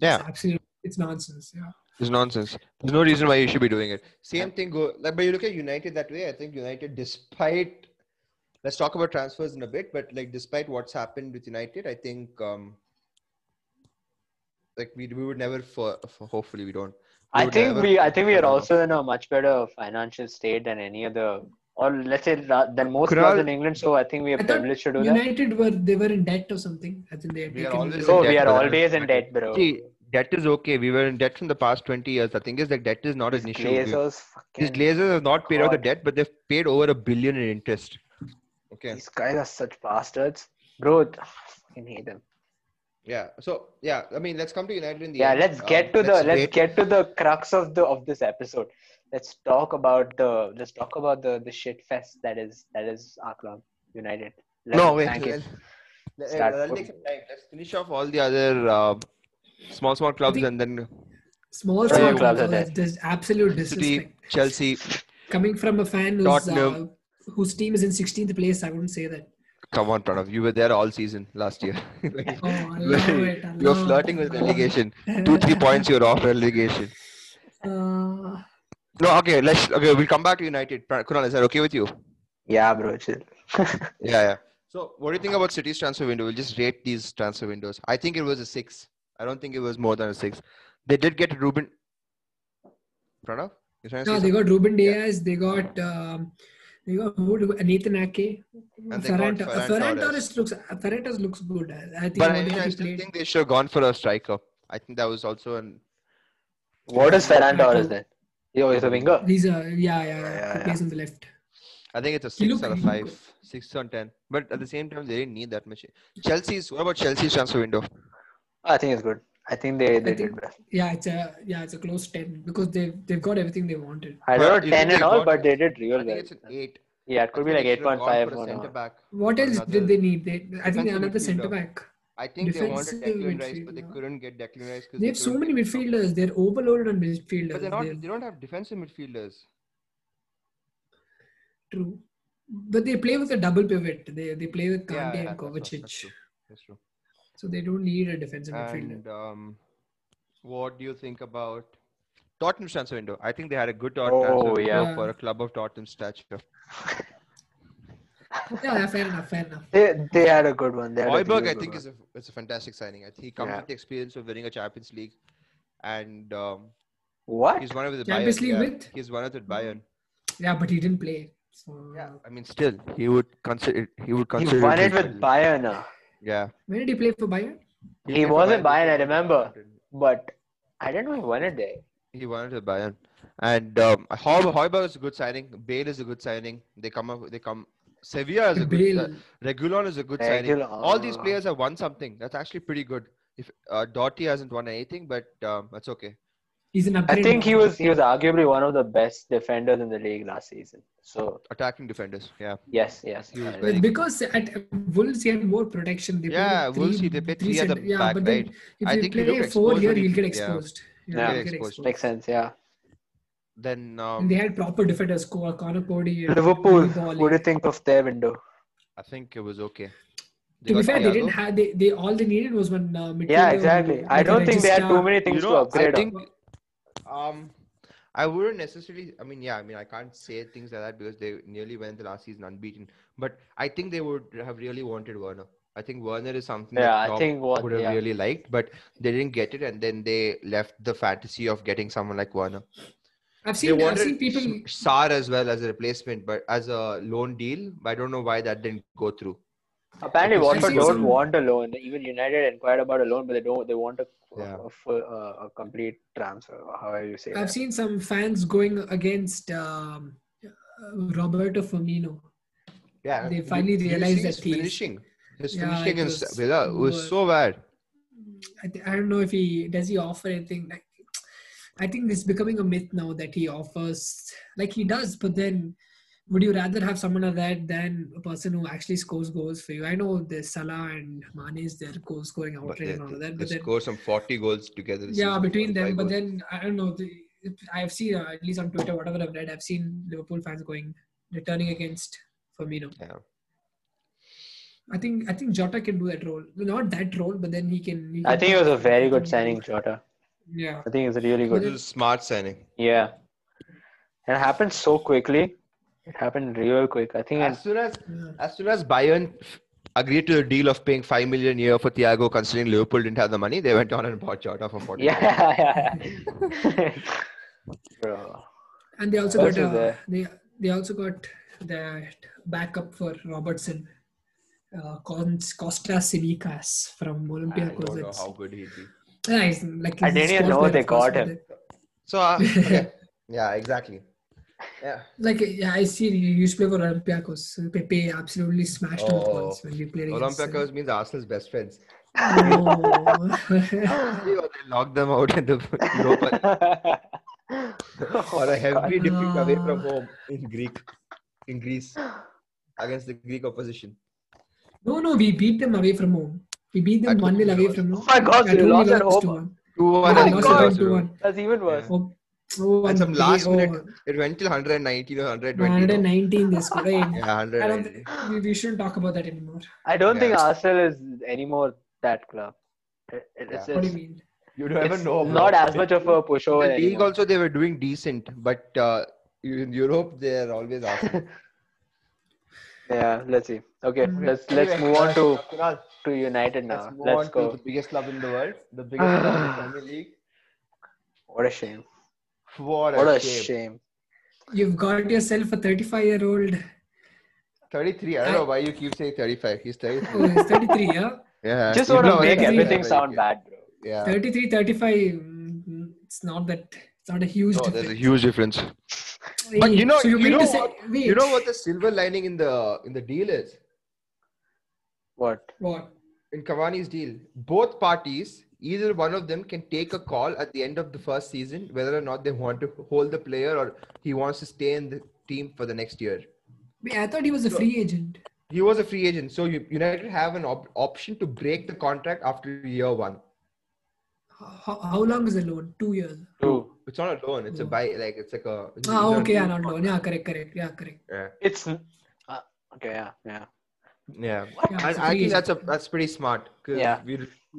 S6: yeah,
S5: it's absolute it's nonsense yeah
S6: It's nonsense. There's no reason why you should be doing it. Same thing go like but you look at United that way. I think United, despite let's talk about transfers in a bit, but like despite what's happened with United, I think um like we we would never for, for hopefully we don't. we
S4: I
S6: would
S4: think
S6: never-
S4: we I think we
S6: I
S4: are
S6: don't know.
S4: also in a much better financial state than any other, or let's say ra- than most
S6: Kunal-
S4: clubs in England. So I think we are
S5: I thought
S4: privileged to do that.
S5: united were they were in debt or something i think they had
S6: Oh, We
S5: taken-
S6: are always
S4: Bro, Oh,
S6: in debt,
S4: we are
S6: brother.
S4: always in debt, bro.
S6: See, debt is okay. We were in debt from the past twenty years. The thing is that debt is not an issue. We-
S4: Glazers,
S6: These
S4: fucking.
S6: Glazers have not paid out the
S4: God.
S6: debt, but they've paid over a billion in interest. Okay.
S4: These guys are such bastards, bro. I fucking hate them.
S6: Yeah. So yeah, I mean, let's come to United in the
S4: yeah
S6: end.
S4: let's
S6: Um,
S4: get to the let's
S6: wait.
S4: get to the crux of the of this episode let's talk about the let's talk about the the shit fest that is that is our club united Let-
S6: No, wait.
S4: thank you.
S6: let's- let-
S4: Start
S6: That'll
S4: put-
S6: take some time. Let's finish off all the other uh, small, small clubs
S5: think-
S6: and then
S5: small
S4: All your
S5: small
S4: clubs
S5: clubs
S4: are dead.
S5: there's absolute
S6: City,
S5: disrespect
S6: Chelsea.
S5: coming from a fan who's, uh,
S6: Tottenham.
S5: whose team is in 16th place i wouldn't say that
S6: Come on, Pranav. You were there all season last year. Like,
S5: oh I
S6: you
S5: love
S6: were-
S5: it, I
S6: you were
S5: love
S6: flirting
S5: it.
S6: with relegation. Two, three points, you're off relegation.
S5: uh,
S6: No, okay. Let's okay. We'll come back to United. Pra- Kunal, is that okay with you?
S4: yeah bro chill
S6: Yeah, yeah. So, what do you think about City's transfer window? We'll just rate these transfer windows. I think it was a six. I don't think it was more than a six. They did get Ruben. Pranav, you trying to
S5: no
S6: say
S5: they
S6: something?
S5: got ruben diaz they got um, they got who- nathan ake
S6: And they
S5: Ferran,
S6: got
S5: Ferran,
S6: Ferran
S5: Torres. looks uh, Ferran Torres looks good. I think he
S6: But I
S5: wanted
S6: mean,
S5: to
S6: I
S5: be
S6: still
S5: played.
S6: think they should have gone for a striker. I think that was also an.
S4: what is ferran torres then yo he's a winger
S5: He's a yeah yeah,
S4: yeah,
S5: yeah. he
S4: yeah.
S5: plays on the left.
S6: I think it's a
S5: He
S6: six
S5: looked-
S6: or a
S5: he looked
S6: five, six on ten. But at the same time, they didn't need that much. Chelsea's. What about Chelsea's transfer window?
S4: i think it's good i think they they did
S5: think-
S4: well
S5: Yeah, it's a yeah it's a close ten because they they've got everything they wanted.
S4: i don't know
S6: But you think
S4: 10 and
S6: they
S4: all
S6: got-
S4: but they did
S6: I
S4: real
S6: think
S4: well
S6: it's an eight.
S4: yeah it could be
S6: I
S4: like
S6: think they should have gone
S4: 8.5
S6: for a
S4: or
S6: centre
S4: no.
S6: back.
S5: What
S6: or
S5: else
S6: another-
S5: did they need? They, I think
S6: Defensive
S5: another centre
S6: midfielder.
S5: back.
S6: I think they wanted
S5: Defensive
S6: Declan Rice, but they
S5: midfielder.
S6: couldn't get Declan Rice because
S5: They have so many midfielders. They're overloaded on midfielders.
S6: But they're not.
S5: They're-
S6: They don't have defensive midfielders.
S5: true, but they play with a double pivot. They they play with Kante
S6: yeah,
S5: and
S6: that's true,
S5: Kovacic,
S6: that's true, That's true.
S5: so they don't need a defensive midfielder.
S6: And um, what do you think about Tottenham's transfer window. I think they had a good Tot-
S4: Oh,
S6: transfer window
S5: yeah.
S6: for a club of Tottenham's stature.
S5: Yeah, fair enough, fair enough.
S4: They, they had a good one. They had a
S6: Hoiberg,
S4: really
S6: I
S4: good
S6: think,
S4: one.
S6: is a, is a fantastic signing. I think he comes
S4: Yeah.
S6: with the experience of winning a Champions League, and um,
S4: what?
S6: he's one of the
S5: Champions
S6: Bayern,
S5: League
S6: yeah.
S5: with?
S6: He's one of the Bayern.
S5: Yeah, but he didn't play. So
S6: I mean, still he would consider he would
S4: He
S6: consider.
S4: won it
S6: himself-
S4: with Bayern, uh,
S6: Yeah,
S5: when did he play for Bayern?
S4: He
S6: played for
S4: was at Bayern, I
S6: before.
S4: remember. but I didn't know he won it there.
S6: He won it with Bayern, and um, Hoi- Hoiberg is a good signing. Bale is a good signing. They come up. They come. Sevilla is a good.
S5: Bale.
S6: Uh, Regulon is a good signing.
S4: Regulon.
S6: All these players have won something. That's actually pretty good. If uh, Doherty hasn't won anything, but um, that's okay.
S5: He's an
S4: I
S5: upgrade.
S4: think he was he was arguably one of the best defenders in the league last season. So
S6: Attacking defenders. Yeah.
S4: yes, yes.
S6: He was
S4: Kyle.
S6: very-
S5: because at Wolves he had more protection. They played
S6: Yeah,
S5: three-
S6: Wolves, he- they played three at
S5: cent-
S6: the
S5: yeah,
S6: back,
S5: but then
S6: right?
S5: if
S6: I
S5: you
S6: think he
S5: play
S6: looked
S5: four
S6: exposed
S5: here,
S6: when he
S5: he'll get
S6: played, yeah.
S5: exposed.
S4: Yeah,
S5: he'll get
S6: exposed.
S5: exposed.
S4: Makes sense, yeah.
S6: Then
S5: And they
S6: um,
S5: had proper defenders, Cor- Connor Cody. and
S4: Liverpool,
S5: Dele
S4: what do you think of their window?
S6: I think it was okay.
S5: to be
S6: They got
S5: fair, they
S6: Thiago.
S5: didn't have they, they all they needed was one uh, midfielder.
S4: Yeah, exactly.
S5: who-
S4: I
S5: like
S4: don't
S5: a
S4: think they had
S5: regista.
S4: too many things
S6: You
S4: to
S6: know,
S4: upgrade
S6: I
S4: on.
S6: think, um, I wouldn't necessarily. I mean, yeah. I mean, I can't say things like that because they nearly went the last season unbeaten. But I think they would have really wanted Werner. I think Werner is something
S4: Yeah,
S6: that
S4: I
S6: Klopp
S4: think what-
S6: would have
S4: yeah.
S6: really liked, but they didn't get it, and then they left the fantasy of getting someone like Werner.
S5: I've
S6: They
S5: seen I've seen
S6: wanted
S5: people
S6: S- Sar as well as a replacement, but as a loan deal. But I don't know why that didn't go through.
S4: Apparently,
S6: It was
S4: Watford
S5: seen
S4: don't
S5: some-
S4: want a loan. Even United inquired about a loan, but they don't. They want a,
S6: Yeah.
S4: a, full- uh, a, a complete transfer. or However you say
S5: I've
S4: that.
S5: seen some fans going against um, uh, Roberto Firmino.
S6: Yeah,
S5: They
S6: you-
S5: finally
S6: you see
S5: realized
S6: his
S5: that he is-
S6: finishing. His
S5: Yeah,
S6: finishing
S5: it
S6: against
S5: was
S6: Villa was
S5: poor.
S6: so bad.
S5: I, th- I don't know if he does he offer anything like I think it's becoming a myth now that he offers like he does, but then would you rather have someone like that than a person who actually scores goals for you? I know there's Salah and Mane is their goal scoring
S6: But
S5: outright
S6: they,
S5: and all of that,
S6: they
S5: but then
S6: scored some 40 goals together. this
S5: yeah
S6: season,
S5: between them
S6: 45
S5: but
S6: goals.
S5: then i don't know the, it- i've seen uh, at least on twitter whatever i've read i've seen liverpool fans going returning against Firmino.
S6: Yeah.
S5: i think i think jota can do that role not that role but then he can, he
S4: I
S5: can-
S4: think it was a very good signing, Jota.
S5: yeah
S4: I think it's really
S6: But
S4: good.
S6: it was a smart signing.
S4: Yeah. And it happened so quickly. It happened real quick. I think
S6: As
S4: it's
S6: soon as,
S5: Yeah.
S6: as soon as Bayern agreed to the deal of paying 5 million a year for Thiago, considering Liverpool didn't have the money, they went on and bought Jota for 40.
S4: yeah, yeah, yeah. Bro.
S5: and they also
S4: That's
S5: got uh,
S4: there.
S5: they they also got that backup for robertson uh, Cons- Costa Sinicas from
S6: I don't
S5: Olympiacos.
S6: know
S5: It's-
S6: how good he'd be.
S5: Yeah, he's like
S4: I
S5: he's a
S4: didn't even
S5: squad
S4: know
S5: player
S4: they
S5: of course,
S4: got
S5: but
S4: him.
S5: then-
S6: So, uh, okay. yeah, exactly. Yeah.
S5: Like yeah, I see you used to play for Olympiacos. Pepe absolutely smashed him
S6: Oh.
S5: once when we played against them.
S6: Olympiacos means Arsenal's best friends.
S5: No.
S6: they locked them out in the Europa or a heavy defeat away from home in Greek, in Greece, against the Greek opposition.
S5: no, no, we beat them away from home. We beat them
S6: At
S5: 1 0
S6: home,
S5: away
S6: we
S5: from home.
S4: Oh my God,
S5: At
S4: we
S5: home,
S4: lost at
S5: lost
S4: home.
S5: 2-1.
S6: Two
S5: Oh
S6: one.
S4: my
S6: I think they
S4: God.
S6: lost to one.
S4: That's even worse.
S5: Oh, oh,
S6: And some last
S5: oh,
S6: minute, it went till 119 or 120. no?
S5: 119 they scored. Hey,
S6: Yeah,
S5: I don't,
S6: 119.
S5: we, we shouldn't talk about that anymore.
S4: I don't think
S6: Yeah.
S4: Arsenal is anymore that club. It- it- it's
S5: What do you
S4: it's-
S5: mean?
S6: You don't ever
S4: it's
S6: know.
S4: not
S6: bro.
S4: as much of a
S6: In
S4: pushover
S6: the league
S4: anymore.
S6: also they were doing decent, but uh, in Europe they're always asking.
S4: Yeah, let's see. Okay,
S5: Mm.
S4: let's let's move on to
S6: Kunal,
S4: to United now.
S6: Mm-hmm. let's move
S4: Let's
S6: on
S4: go.
S6: to the biggest club in the world, the biggest club in the Premier League.
S4: What a shame.
S6: What a,
S4: What a
S6: shame.
S4: shame.
S5: You've got yourself a Oh, 35 year old.
S6: 33. I don't know why you keep saying 35. He's 33.
S5: Oh, he's 33, yeah?
S6: Yeah.
S4: Just
S6: you
S4: want to
S6: know,
S4: make
S5: he's-
S4: everything
S6: yeah.
S4: sound bad, bro.
S6: Yeah.
S5: 33, 35. mm, It's not that. It's not a huge
S6: No, there's a
S5: difference.
S6: huge difference.
S5: Hey,
S6: But you know,
S5: so
S6: you,
S5: mean
S6: know
S5: to say-
S6: what, you
S5: wait,
S6: know what the silver lining in the in the deal is
S4: What?
S5: what?
S6: in Cavani's deal. Both parties, either one of them, can take a call at the end of the first season whether or not they want to hold the player or he wants to stay in the team for the next year.
S5: Wait, I thought he was a free agent.
S6: He was a free agent, so you- United have an op- option to break the contract after year one.
S5: How, how long is the loan? Two years.
S4: Two.
S6: It's not a loan; it's a
S5: Oh.
S6: buy. Like it's like a. it's
S5: Ah,
S6: a
S5: okay, yeah,
S6: new
S5: not loan.
S6: contract.
S5: Yeah, correct, correct. Yeah, correct.
S6: Yeah.
S4: It's. Uh, okay, yeah, yeah.
S6: Yeah,
S5: Yeah,
S6: and
S5: so
S6: I think
S5: he's-
S6: that's a that's pretty smart. 'cause
S4: Yeah.
S6: we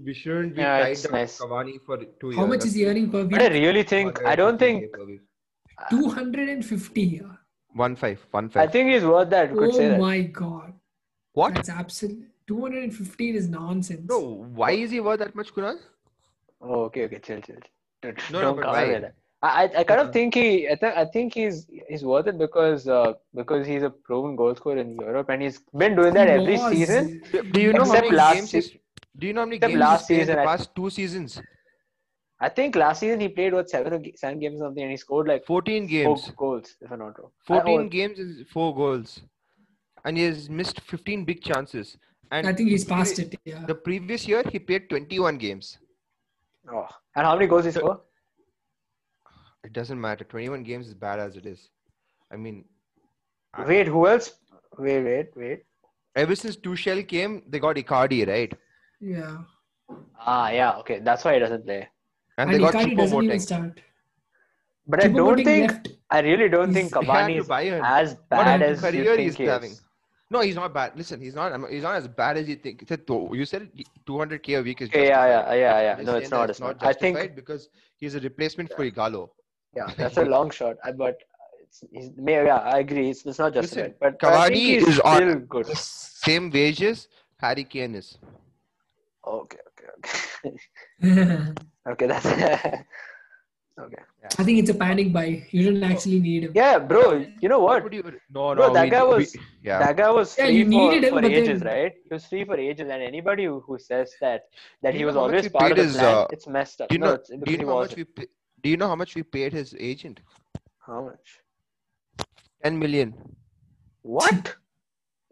S6: we shouldn't be
S4: Yeah,
S6: tied
S4: it's
S6: down
S4: nice.
S6: to Cavani for two years.
S5: How much is he earning per
S4: But I
S5: week?
S4: really think I don't think
S5: Two hundred and fifty.
S6: one five one
S4: I
S6: five.
S4: think he's worth that. You could say
S5: Oh
S4: that.
S5: my god,
S6: what?
S5: that's absolute. Two hundred and fifteen is nonsense.
S6: No, why is he worth that much, Kunal?
S4: Oh, okay, okay, chill, chill. chill. Don't,
S6: No, no,
S4: don't
S6: but
S4: come
S6: why?
S4: with that. I, I I kind of
S6: Uh-uh.
S4: think he I, th- I think he's he's worth it because uh, because he's a proven goal scorer in Europe and he's been doing that
S5: He
S4: every
S5: was-
S4: season.
S6: Do, do you know how
S4: Except
S6: many
S4: last
S6: games? He's, do you know how many
S4: except
S6: games he's
S4: last
S6: played in
S4: season,
S6: the
S4: I-
S6: past two seasons?
S4: I think last season he played what seven or g- seven games or something and he scored like
S6: Fourteen
S4: four
S6: games.
S4: goals if I'm not wrong. I- oh,
S6: 14 games is four goals and he has missed 15 big chances and
S5: I think he's past it. Yeah.
S6: the previous year he played 21 games
S4: oh. And how many goals he scored?
S6: it doesn't matter 21 games is bad as it is i mean I-
S4: Wait, who else? Wait, wait, wait.
S6: ever since Tuchel came they got icardi right
S5: Yeah.
S4: Ah, yeah, okay. That's why he doesn't play.
S6: and,
S5: And
S6: they got
S5: Icardi
S6: Choupo
S5: doesn't even
S6: Moting.
S5: start.
S4: But I
S5: Choupo-Moting
S4: don't think
S5: left.
S4: I really don't
S5: He's-
S4: think Cavani
S6: to
S4: is
S6: Bayern.
S4: as
S6: what
S4: bad
S6: a
S4: as you
S6: career
S4: think
S6: he's
S4: he is.
S6: having no he's not bad listen he's not I'm- he's not as bad as you think It's a two- you said 200k a week is
S4: Yeah, yeah, yeah,
S6: justified.
S4: yeah, yeah.
S6: I'm just
S4: No,
S6: saying
S4: it's
S6: that
S4: not. It's not. I think
S6: justified because he's a replacement for Igalo.
S4: Yeah, that's a long shot. I, but it's, he's, may- yeah, I agree. It's, it's not justified. but I think
S6: Cavani
S4: he's
S6: is
S4: still
S6: on
S4: good.
S6: the same wages Harry Kane is.
S4: Okay, okay, okay.
S5: I
S4: okay, that's okay.
S5: think it's a panic buy. You don't
S6: Oh.
S5: actually need him.
S4: Yeah, bro. You know what?
S6: would you? No, no.
S4: Bro, that
S6: we-
S4: guy
S6: we-
S4: was-
S6: yeah.
S4: That guy was
S5: Yeah,
S4: free
S5: you needed
S4: for,
S5: him,
S4: for
S5: but
S4: ages,
S5: then-
S4: right? He was free for ages, and anybody who, who says that that
S6: Do
S4: he
S6: you
S4: was
S6: know how much
S4: always
S6: we
S4: part of
S6: paid
S4: the
S6: his,
S4: plan,
S6: uh,
S4: it's messed up.
S6: do
S4: no,
S6: you know?
S4: it's because
S6: Do you
S4: he
S6: know how much
S4: wasn't.
S6: we? Pay, do you know how much we paid his agent?
S4: How much?
S6: Ten million.
S4: What?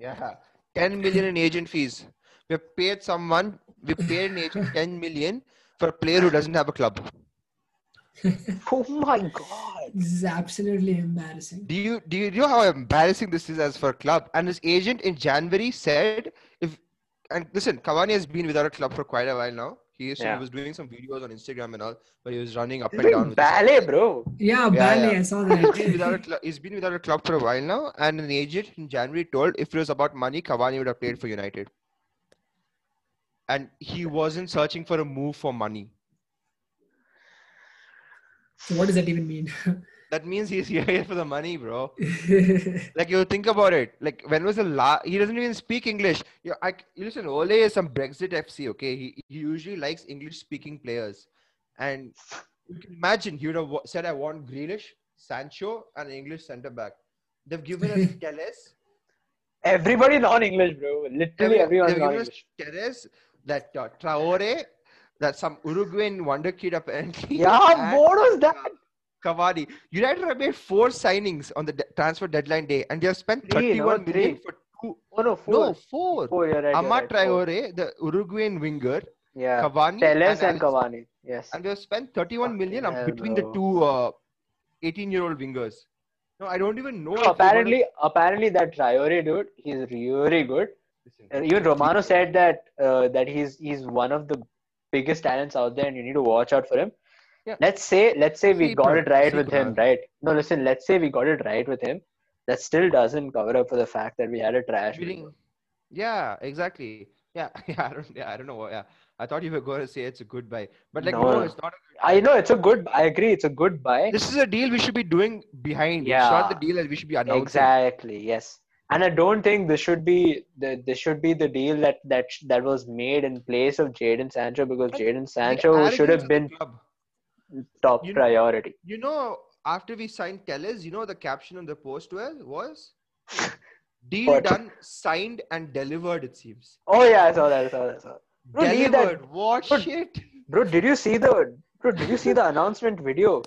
S6: Yeah. Ten million in agent fees. We paid someone. We paid an agent ten million for a player who doesn't have a club.
S4: Oh my god!
S5: This is absolutely embarrassing.
S6: Do you do you know how embarrassing this is as for a club? And his agent in January said, if and listen, Cavani has been without a club for quite a while now. He, is,
S4: Yeah.
S6: he was doing some videos on Instagram and all, but he was running up
S4: He's
S6: and down.
S4: doing
S6: with his-
S4: ballet, bro.
S5: Yeah,
S6: Yeah,
S5: ballet.
S6: yeah.
S5: I saw
S6: He's been without a
S5: that.
S6: club. He's been without a club for a while now, and an agent in January told if it was about money, Cavani would have played for United. And he wasn't searching for a move for money.
S5: so what does that even mean?
S6: That means he's here for the money, bro. Like you think about it. Like when was the last? He doesn't even speak English. You, I c- you listen. Ole is some Brexit FC. Okay, he, he usually likes English-speaking players, and you can imagine he would have wa- said, "I want Grealish, Sancho, and an English centre back." They've given us Teles.
S4: Everybody non-English, bro. Literally
S6: Everyone-
S4: everyone
S6: they've given us
S4: non-English.
S6: Teles, that uh, Traore, that some Uruguayan wonder kid apparently.
S4: Yeah,
S6: and
S4: what was that?
S6: Cavani. United have made four signings on the de- transfer deadline day, and they have spent
S4: Three, no,
S6: thirty-one million
S4: three.
S6: for two.
S4: Oh no,
S6: No,
S4: four.
S6: four.
S4: Four, you're right. you're
S6: Amat
S4: right, four.
S6: Traore, the Uruguayan winger,
S4: Yeah.
S6: Cavani,
S4: Teles and
S6: Alex-
S4: Cavani. Yes.
S6: and we have spent 31 million
S4: Fucking
S6: on
S4: hell,
S6: between the
S4: bro.
S6: two uh, 18-year-old wingers. No, I don't even
S4: No,
S6: know. if they got a-
S4: apparently, apparently that Traore dude, he's really good.
S6: Listen,
S4: And Uh, even Romano said that uh, that he's he's one of the biggest talents out there, and you need to watch out for him.
S6: Yeah.
S4: Let's say let's say we
S6: See,
S4: got
S6: bro.
S4: it right
S6: See,
S4: with him,
S6: bro.
S4: right? No, listen. Let's say we got it right with him. That still doesn't cover up for the fact that we had a trash.
S6: Feeling-
S4: window.
S6: Yeah, exactly. Yeah, yeah, I don't, yeah, I don't know. what- Yeah, I thought you were going to say it's a good buy, but like, no,
S4: No.
S6: it's not. A good
S4: I know it's a good. I agree, it's a good buy.
S6: This is a deal we should be doing behind. It's not the
S4: Yeah.
S6: deal that we should be announcing.
S4: Exactly. Yes. And I don't think this should be the this should be the deal that that sh- that was made in place of Jaden Sancho because
S6: But
S4: Jaden
S6: The
S4: Sancho should
S6: arrogance
S4: have
S6: of the
S4: been
S6: club.
S4: top
S6: You know-
S4: priority.
S6: You know, after we signed Tellez, you know the caption on the post was was deal
S4: What?
S6: done, signed and delivered. It seems
S4: Oh yeah, I saw that. I saw that. I saw that. Bro, leave that-
S6: delivered. What
S4: Bro,
S6: shit?
S4: Bro, did you see the bro? Did you see the announcement video?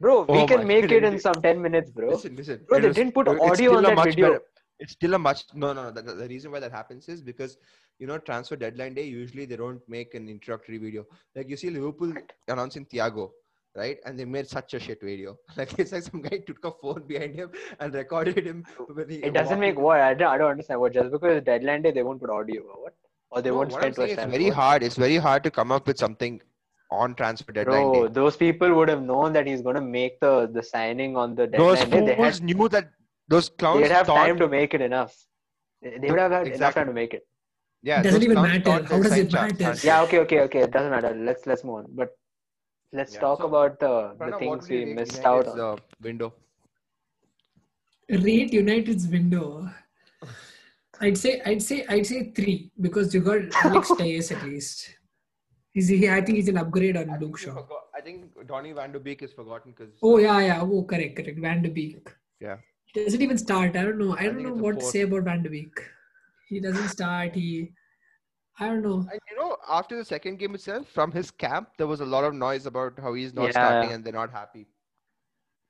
S4: Bro, we
S6: Oh my
S4: can make it in
S6: goodness.
S4: some ten minutes, bro.
S6: Listen, listen.
S4: Bro,
S6: it
S4: they
S6: was-
S4: didn't put
S6: it- it's
S4: audio
S6: still
S4: on
S6: a
S4: that
S6: much
S4: video.
S6: better- it's still a much. No, no, no. The, the- the reason why that happens is because you know transfer deadline day. Usually they don't make an introductory video. Like you see Liverpool announcing Thiago, right? And they made such a shit video. Like it's like some guy took a phone behind him and recorded him. when he
S4: It doesn't
S6: walked
S4: make what I don't, I don't understand what just because it's deadline day they won't put audio or what or they
S6: No,
S4: won't
S6: what I'm
S4: spend too much
S6: saying,
S4: time.
S6: It's
S4: on
S6: very
S4: what?
S6: hard. It's very hard to come up with something on transfer deadline
S4: Bro,
S6: day.
S4: those people would have known that he's gonna make the the signing on the
S6: Those
S4: deadline day. They
S6: fools
S4: had
S6: knew that those clowns
S4: they'd have
S6: thought
S4: time to make it enough. They would have had enough
S6: Exactly.
S4: time to make it.
S6: Yeah,
S5: Doesn't
S6: those
S5: even
S6: counts
S5: matter.
S6: aren't
S5: How does
S6: inside
S5: it
S6: chance,
S5: matter?
S6: aren't they?
S4: Yeah, okay, okay, okay. It doesn't matter. Let's let's move on. But let's
S6: Yeah.
S4: talk
S6: So,
S4: about the the
S6: Pranav, what
S4: things
S6: would you
S4: we
S6: rate
S4: missed out
S6: United's,
S4: on.
S6: uh, window.
S5: Rate United's window. I'd say I'd say I'd say three because you got Alex Tejas at least. He's he, I think he's an upgrade on
S6: I
S5: Luke
S6: think, you
S5: Shaw.
S6: forgot- I think Donny Van de Beek is forgotten because
S5: Oh yeah, yeah. Oh correct, correct. Van de Beek.
S6: Yeah.
S5: He doesn't even start. I don't know. I,
S6: I
S5: don't
S6: think
S5: know
S6: it's a
S5: what to
S6: four.
S5: say about Van de Beek. He doesn't start. He I don't know.
S6: And you know, after the second game itself, from his camp, there was a lot of noise about how he's not
S4: Yeah.
S6: starting and they're not happy.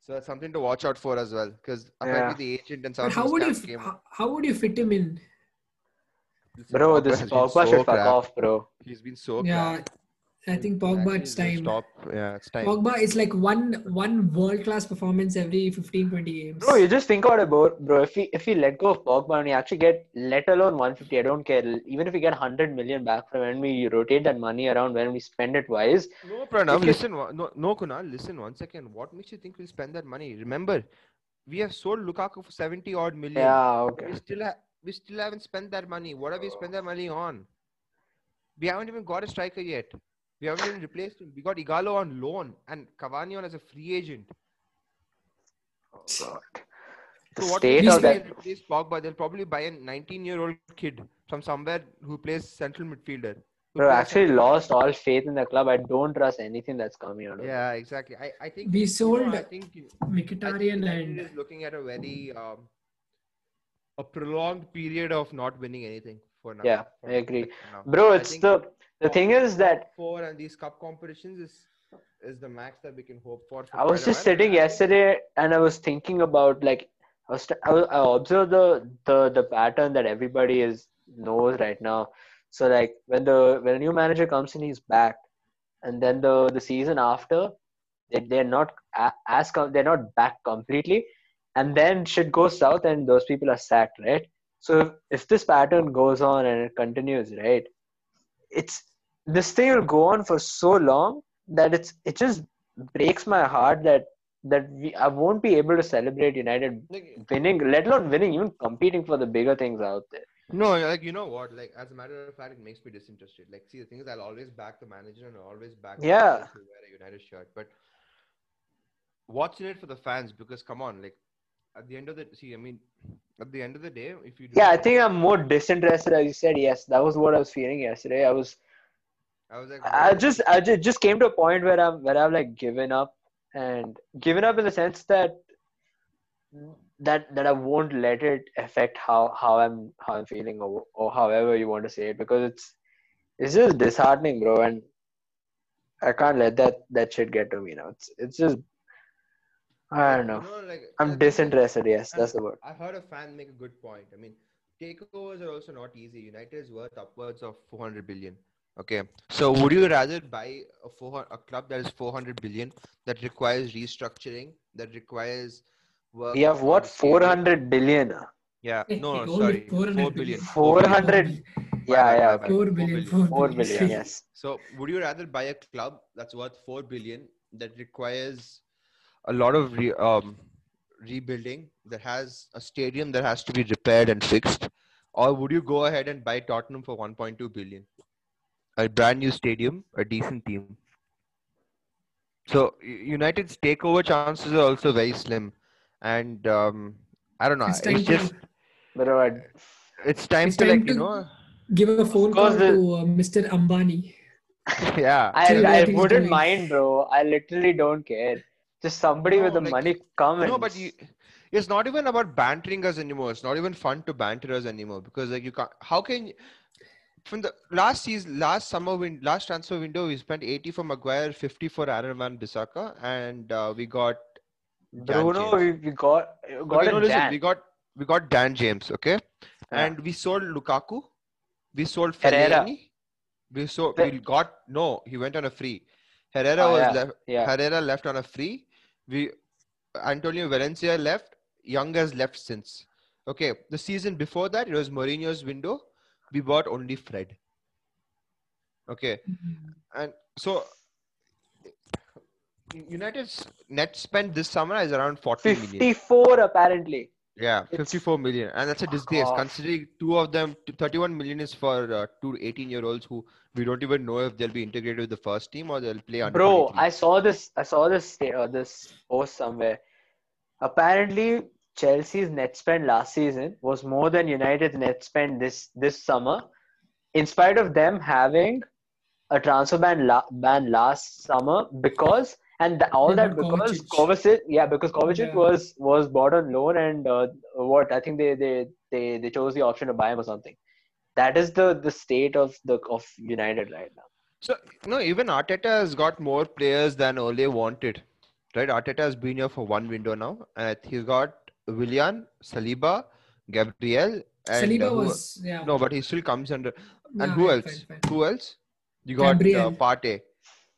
S6: So that's something to watch out for as well, because apparently the agent and some
S5: But
S6: of
S5: how
S6: his
S5: would you
S6: camp came.
S5: how, how would you fit him in?
S4: Bro, this
S6: has been
S4: Pogba should
S6: so
S4: fuck
S6: crap.
S4: off, bro.
S6: He's been so.
S5: Yeah.
S6: crap.
S5: I think
S6: Actually,
S5: Pogba it's
S6: just
S5: time.
S6: Stop. Yeah, it's time.
S5: Pogba is like one one world class performance every 15 20 games.
S4: Bro, you just think about it, bro. Bro, if we if we let go of Pogba and we actually get let alone 150, I don't care. Even if we get 100 million back from when we rotate that money around, when we spend it wise,
S6: No, Pranav,
S4: If you-
S6: listen. one- No, no, Kunal, listen one second. What makes you think we'll spend that money? Remember, we have sold Lukaku for seventy odd million.
S4: yeah,
S6: We
S4: okay.
S6: still ha- we still haven't spent that money. What have we spent that money on? We haven't even got a striker yet. We haven't even replaced him. We got Igalo on loan and Cavani on as a free agent.
S4: The
S6: So what
S4: state
S6: if
S4: of
S5: He's
S6: they
S4: that.
S5: been-
S6: replace Pogba? They'll probably buy a 19-year-old kid from somewhere who plays central midfielder. who
S4: Bro,
S6: plays
S4: actually
S6: central-
S4: lost all faith in the club. I don't trust anything that's coming out of it.
S6: Yeah, exactly. I, I think
S5: We
S6: you know,
S5: sold-
S6: I think you- I think
S5: Mkhitaryan
S6: United
S5: and
S6: is looking at a very um, a prolonged period of not winning anything for now.
S4: Yeah,
S6: for
S4: I
S6: now,
S4: agree.
S6: for now.
S4: Bro,
S6: I
S4: it's
S6: think
S4: the the
S6: for-
S4: thing is that
S6: four and these cup competitions is is the max that we can hope for. for
S4: I was
S6: quite a
S4: just
S6: while.
S4: sitting yesterday and I was thinking about like I was I, was- I observed the, the the pattern that everybody is knows right now. So like when the when a new manager comes in, he's back, and then the the season after, they, they're not a- as com- they're not back completely, and then shit goes south and those people are sacked, right? So if, if this pattern goes on and it continues, right, it's this thing will go on for so long that it's it just breaks my heart that that we, I won't be able to celebrate United
S6: Like,
S4: winning, let alone winning, even competing for the bigger things out there.
S6: no, like you know what? Like as a matter of fact, it makes me disinterested. Like, see, the thing is, I'll always back the manager and I'll always back the
S4: Yeah.
S6: players who wear a United shirt. But what's in it for the fans? Because come on, like at the end of the see, I mean, at the end of the day, if you do
S4: Yeah, I think I'm more disinterested, as you said. Yes, that was what I was feeling yesterday. I was,
S6: I was like,
S4: I just, I just, just came to a point where I'm, where I've like given up, and given up in the sense that that that I won't let it affect how how I'm how I'm feeling or or however you want to say it because it's it's just disheartening, bro, and I can't let that that shit get to me now. It's it's just I don't know.
S6: You like,
S4: I'm
S6: that's the thing.
S4: disinterested. Yes, that's the word.
S6: I heard a fan make a good point. I mean, takeovers are also not easy. United is worth upwards of 400 billion. Okay, so would you rather buy a 400, a club that is 400 billion that requires restructuring, that requires work?
S4: We have
S6: on
S4: what
S6: the stadium?
S4: 400 billion. ah?
S6: Yeah, no, no
S5: Only
S6: sorry,
S5: 400
S6: 4 billion.
S4: 400. Yeah, yeah,
S6: bye.
S4: okay.
S5: 4
S6: 4
S5: billion,
S6: billion.
S5: 4
S4: four billion. Yes.
S6: So, would you rather buy a club that's worth four billion that requires a lot of re- um, rebuilding, that has a stadium that has to be repaired and fixed, or would you go ahead and buy Tottenham for 1.2 billion, a brand new stadium, a decent team? So, U- United's takeover chances are also very slim, and um, I don't know.
S5: It's
S6: It's,
S5: time to-
S6: just
S4: Bro, I-
S6: it's time
S5: It's
S6: to
S5: time
S6: like you
S5: to-
S6: know,
S5: Give a phone call
S4: course the-
S5: to uh, Mr. Ambani.
S6: yeah.
S4: I,
S5: Tell me
S4: I
S5: what he's
S4: wouldn't
S5: doing.
S4: mind, bro. I literally don't care. Just somebody
S6: No,
S4: with the
S6: like-
S4: money come and
S6: No, but you, it's not even about bantering us anymore. It's not even fun to banter us anymore because like you can't. How can you- from the last season, last summer win, last transfer window, we spent eighty for Maguire, fifty for Aaron Van Bissaka, and uh, we got Dan
S4: Bruno,
S6: James.
S4: we, we got we got
S6: Okay,
S4: a
S6: no, listen,
S4: Jan.
S6: we got we got Dan James, okay,
S4: Yeah.
S6: and we sold Lukaku, we sold
S4: Herrera.
S6: Fellaini, we sold
S4: Fe-
S6: we got no, he went on a free. Herrera
S4: Ah,
S6: was
S4: yeah.
S6: left.
S4: yeah.
S6: Herrera left on a free. We Antonio Valencia left. Young has left since. Okay, the season before that it was Mourinho's window. We bought only Fred. Okay, and so United's net spend this summer is around 40 million.
S4: 54 apparently.
S6: Yeah, 54 million, and that's a disgrace
S4: off.
S6: considering two of them, t- 31 million is for uh, two 18 year olds who we don't even know if they'll be integrated with the first team or they'll play under.
S4: Bro,
S6: 23.
S4: I saw this. I saw this sta- uh, this post somewhere. Apparently, Chelsea's net spend last season was more than United's net spend this this summer, in spite of them having a transfer ban la- ban last summer because and th- all
S5: They
S4: that
S5: got
S4: because
S5: Kovacic.
S4: Kovacic yeah because Kovacic
S5: Yeah.
S4: was was bought on loan and uh, what I think they, they they they chose the option to buy him or something. That is the the state of the of United right now.
S6: so no, even Arteta has got more players than Ole wanted, right? Arteta has been here for one window now, and he's got Willian, Saliba, Gabriel, and uh,
S5: Saliba
S6: who-
S5: was yeah.
S6: no, but he still comes under. And
S5: Nah,
S6: who
S5: fine,
S6: else?
S5: fine,
S6: Who else? You got uh,
S5: Gabriel.
S6: Partey,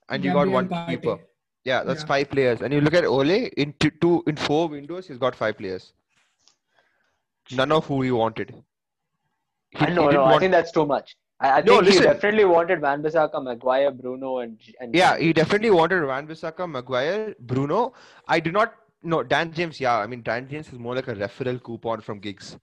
S6: and you got
S5: Gabriel
S6: one
S5: Partey.
S6: keeper. Yeah, that's
S5: Yeah.
S6: five players. And you look at Ole in t- two in four windows, he's got five players. None of who he wanted. He-
S4: I
S6: he
S4: no,
S6: didn't
S4: no, I
S6: want-
S4: think that's too much. I, I
S6: No,
S4: think he
S6: listen.
S4: definitely wanted Van Bissaka, Maguire, Bruno, and, and
S6: yeah, he definitely wanted Van Bissaka, Maguire, Bruno. I do not know Dan James. Yeah, I mean Dan James is more like a referral coupon from gigs.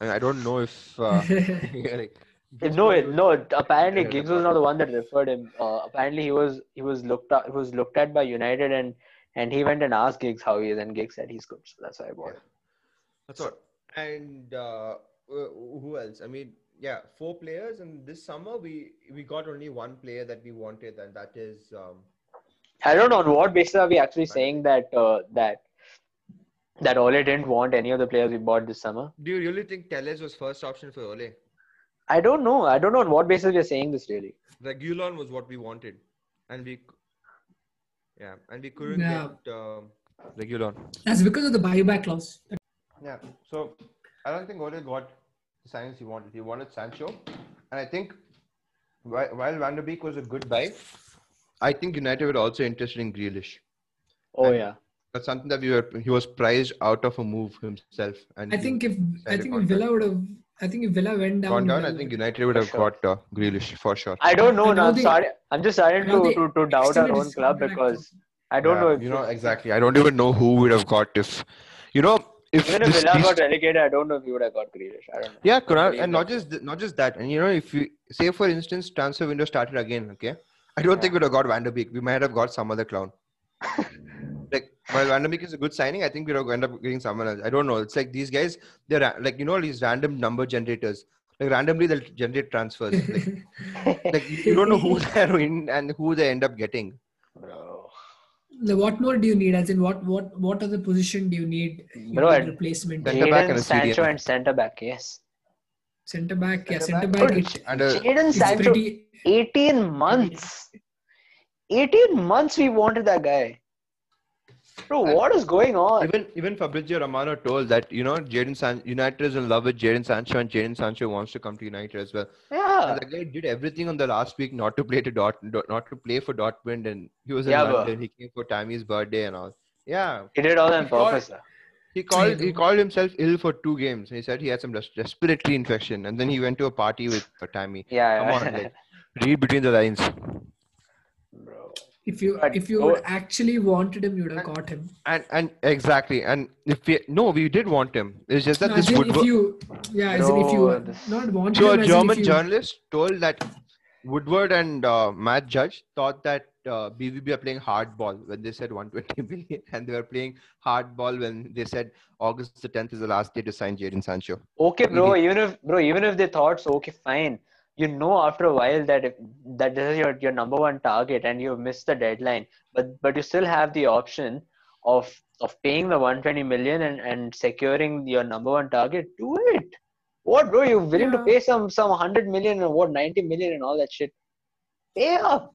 S6: I, mean, I don't know if uh, yeah, like, Giggs
S4: No,
S6: was-
S4: it- no. Apparently,
S6: Yeah,
S4: Giggs was not the one that referred him. Uh, apparently, he was he was looked up, he was looked at by United, and and he went and asked Giggs how he is, and Giggs said he's good, so that's why I bought. him.
S6: That's all. And uh, wh- who else? I mean, yeah, four players. And this summer we we got only one player that we wanted, and that is um,
S4: I don't know on what basis are we actually saying that uh, that that Ole didn't want any of the players we bought this summer.
S6: Do you really think Teles was first option for Ole?
S4: I don't know. I don't know on what basis we are saying this really.
S6: Regulon was what we wanted, and we, c- yeah, and we couldn't
S5: Yeah.
S6: get um, Regulon.
S5: That's because of the buyback clause.
S6: Yeah. So I don't think Ole got the signings he wanted. He wanted Sancho, and I think while, while Van der Beek was a good buy, I think United were also interested in Grealish.
S4: Oh
S6: And-
S4: yeah.
S6: That's something that we were. He was priced out of a move himself, and
S5: I
S6: he
S5: think if I
S6: Decided
S5: think if
S6: contract.
S5: Villa would have I think if Villa went down,
S6: gone down. I
S5: Villa
S6: think
S5: would-
S6: United would have
S4: sure.
S6: got uh, Grealish for sure.
S4: I don't know.
S5: And
S4: Now
S5: now
S4: I'm
S5: they-
S4: sorry. I'm just starting
S5: now
S4: to,
S5: they
S4: to, to doubt our
S5: extended
S4: own
S5: his
S4: club
S5: contract
S4: because
S5: also.
S4: I don't
S6: Yeah,
S4: know if
S6: you know exactly. I don't even know who would have got if you know if
S4: even if
S6: this-
S4: Villa
S6: these-
S4: got relegated, I don't know if he would have got Grealish. I don't know.
S6: yeah, Kunal,
S4: Believe
S6: and
S4: that.
S6: not just th- not just that. And you know, if you say for instance, transfer window started again. Okay, I don't think we'd have got Van der Beek. We might have got some other clown. like while Van der Beek is a good signing, I think we'd have end up getting someone else. I don't know. It's like these guys. They're ra- like you know these random number generators. Like randomly they'll generate transfers. Like, like you don't know who they're in and who they end up getting.
S4: Bro.
S5: Like, what more do you need? As in, what what what other position do you need? You
S4: Bro,
S5: need
S4: and-
S5: replacement.
S6: Centre back and
S4: Jadon
S6: a CDM.
S4: Sancho and centre back, yes.
S5: Centre back, yeah,
S6: Centre
S5: centre
S6: back.
S5: back. It,
S6: And uh,
S4: Jaden
S5: it's
S4: Sancho,
S5: pretty.
S4: 18 months. 18 months we wanted that guy. Bro, what is going on?
S6: even even Fabrizio Romano told that you know Jaden San- United is in love with Jaden Sancho and Jaden Sancho wants to come to United as well.
S4: Yeah.
S6: And the guy did everything on the last week not to play to Dort, Dort- not to play for Dortmund and he was in
S4: Yeah, bro.
S6: London. He came for Tammy's birthday and all. Yeah,
S4: He did all on
S6: He got-
S4: purpose.
S6: he called he
S5: know.
S6: called himself ill for two games. And he said he had some res- respiratory infection and then he went to a party with uh, Tammy.
S4: Yeah,
S6: Come
S4: yeah.
S6: on, like, read between the lines.
S4: Bro.
S5: If you
S4: But-
S5: if you would actually wanted him, you would have
S6: And-
S5: got him.
S6: And and exactly and if we no we did want him. It's just that
S5: No,
S6: this
S5: as in,
S6: would
S5: if you yeah, as in, if you
S4: Bro, this-
S5: not wanted
S6: So
S5: him,
S6: a
S5: as in if
S6: German
S5: you-
S6: journalist told that Woodward and uh, Matt Judge thought that uh, BVB are playing hardball when they said 120 million, and they were playing hardball when they said August the 10th is the last day to sign Jadon Sancho.
S4: Okay, bro. Even if bro, even if they thought so, okay, fine. You know, after a while that if, that this is your, your number one target and you've missed the deadline, but but you still have the option of of paying the 120 million and, and securing your number one target. Do it. What, bro? You're willing to
S5: Yeah.
S4: pay some some 100 million and what 90 million and all that shit. Pay up.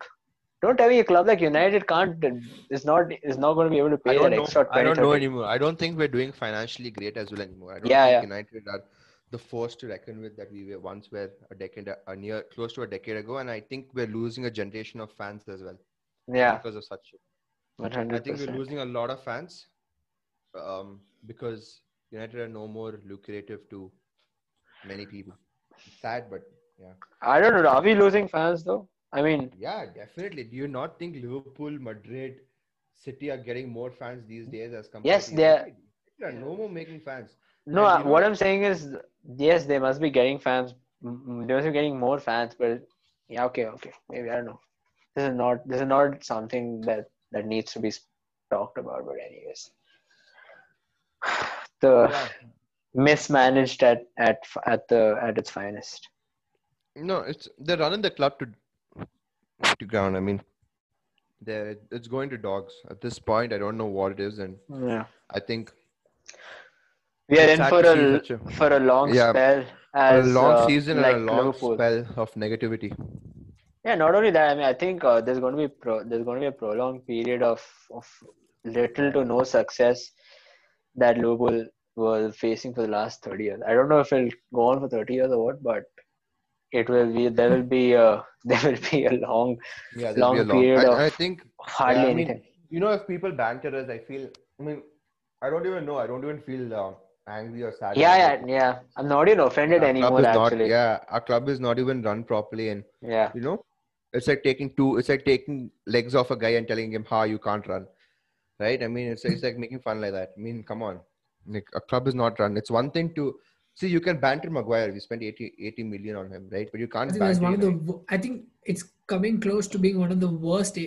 S4: Don't tell me a club like United can't is not is not going to be able to
S6: I
S4: pay
S6: don't
S4: that
S6: know.
S4: extra 20
S6: I don't know
S4: 30.
S6: anymore. I don't think we're doing financially great as well anymore. I don't
S4: Yeah,
S6: think
S4: yeah.
S6: United are the force to reckon with that we were once were a decade, a near close to a decade ago, and I think we're losing a generation of fans as well
S4: Yeah,
S6: because of such.
S4: 100.
S6: I think we're losing a lot of fans um, because United are no more lucrative to many people. It's sad, but yeah,
S4: I don't know. Are we losing fans though? I mean,
S6: yeah, definitely. Do you not think Liverpool, Madrid, City are getting more fans these days as compared?
S4: Yes,
S6: to
S4: they are.
S6: United? United are no more making fans.
S4: No, uh, what I'm saying is, yes, they must be getting fans. m- They must be getting more fans, but yeah, okay, okay, maybe I don't know. This is not this is not something that that needs to be talked about. But anyways, the mismanaged at at at the at its finest.
S6: No, it's they're running the club to to ground. I mean, they're it's going to dogs at this point. I don't know what it is, and
S4: Yeah,
S6: I think
S4: we are
S6: It's
S4: in
S6: sad
S4: for
S6: to
S4: a
S6: see
S4: l-
S6: such a-
S4: for a long
S6: Yeah,
S4: spell.
S6: a
S4: As,
S6: long
S4: uh,
S6: season
S4: like
S6: and a long
S4: Liverpool.
S6: spell of negativity.
S4: Yeah, not only that. I mean, I think uh, there's going to be pro- there's going to be a prolonged period of of little to no success that Liverpool was facing for the last 30 years. I don't know if it'll go on for 30 years or what, but it will be there will be a there will be a long
S6: Yeah, there'll
S4: Long
S6: be a long.
S4: period
S6: I,
S4: of-
S6: I think
S4: hardly
S6: Yeah, I mean,
S4: anything.
S6: you know, if people banter us, I feel. I mean, I don't even know. I don't even feel uh, angry or sad.
S4: Yeah,
S6: about
S4: yeah,
S6: it.
S4: yeah. I'm not even offended
S6: Our club
S4: anymore.
S6: is not-
S4: Actually,
S6: yeah, our club is not even run properly, and
S4: yeah.
S6: you know, it's like taking two. It's like taking legs off a guy and telling him, "Ha, you can't run." Right? I mean, it's it's like making fun like that. I mean, come on. Like a club is not run. It's one thing to see. You can banter Maguire. We spent 80, 80 million on him, right? But you
S5: I
S6: can't
S5: think that's
S6: banter.
S5: one of the.
S6: United.
S5: wo- I think it's coming close to being one of the worst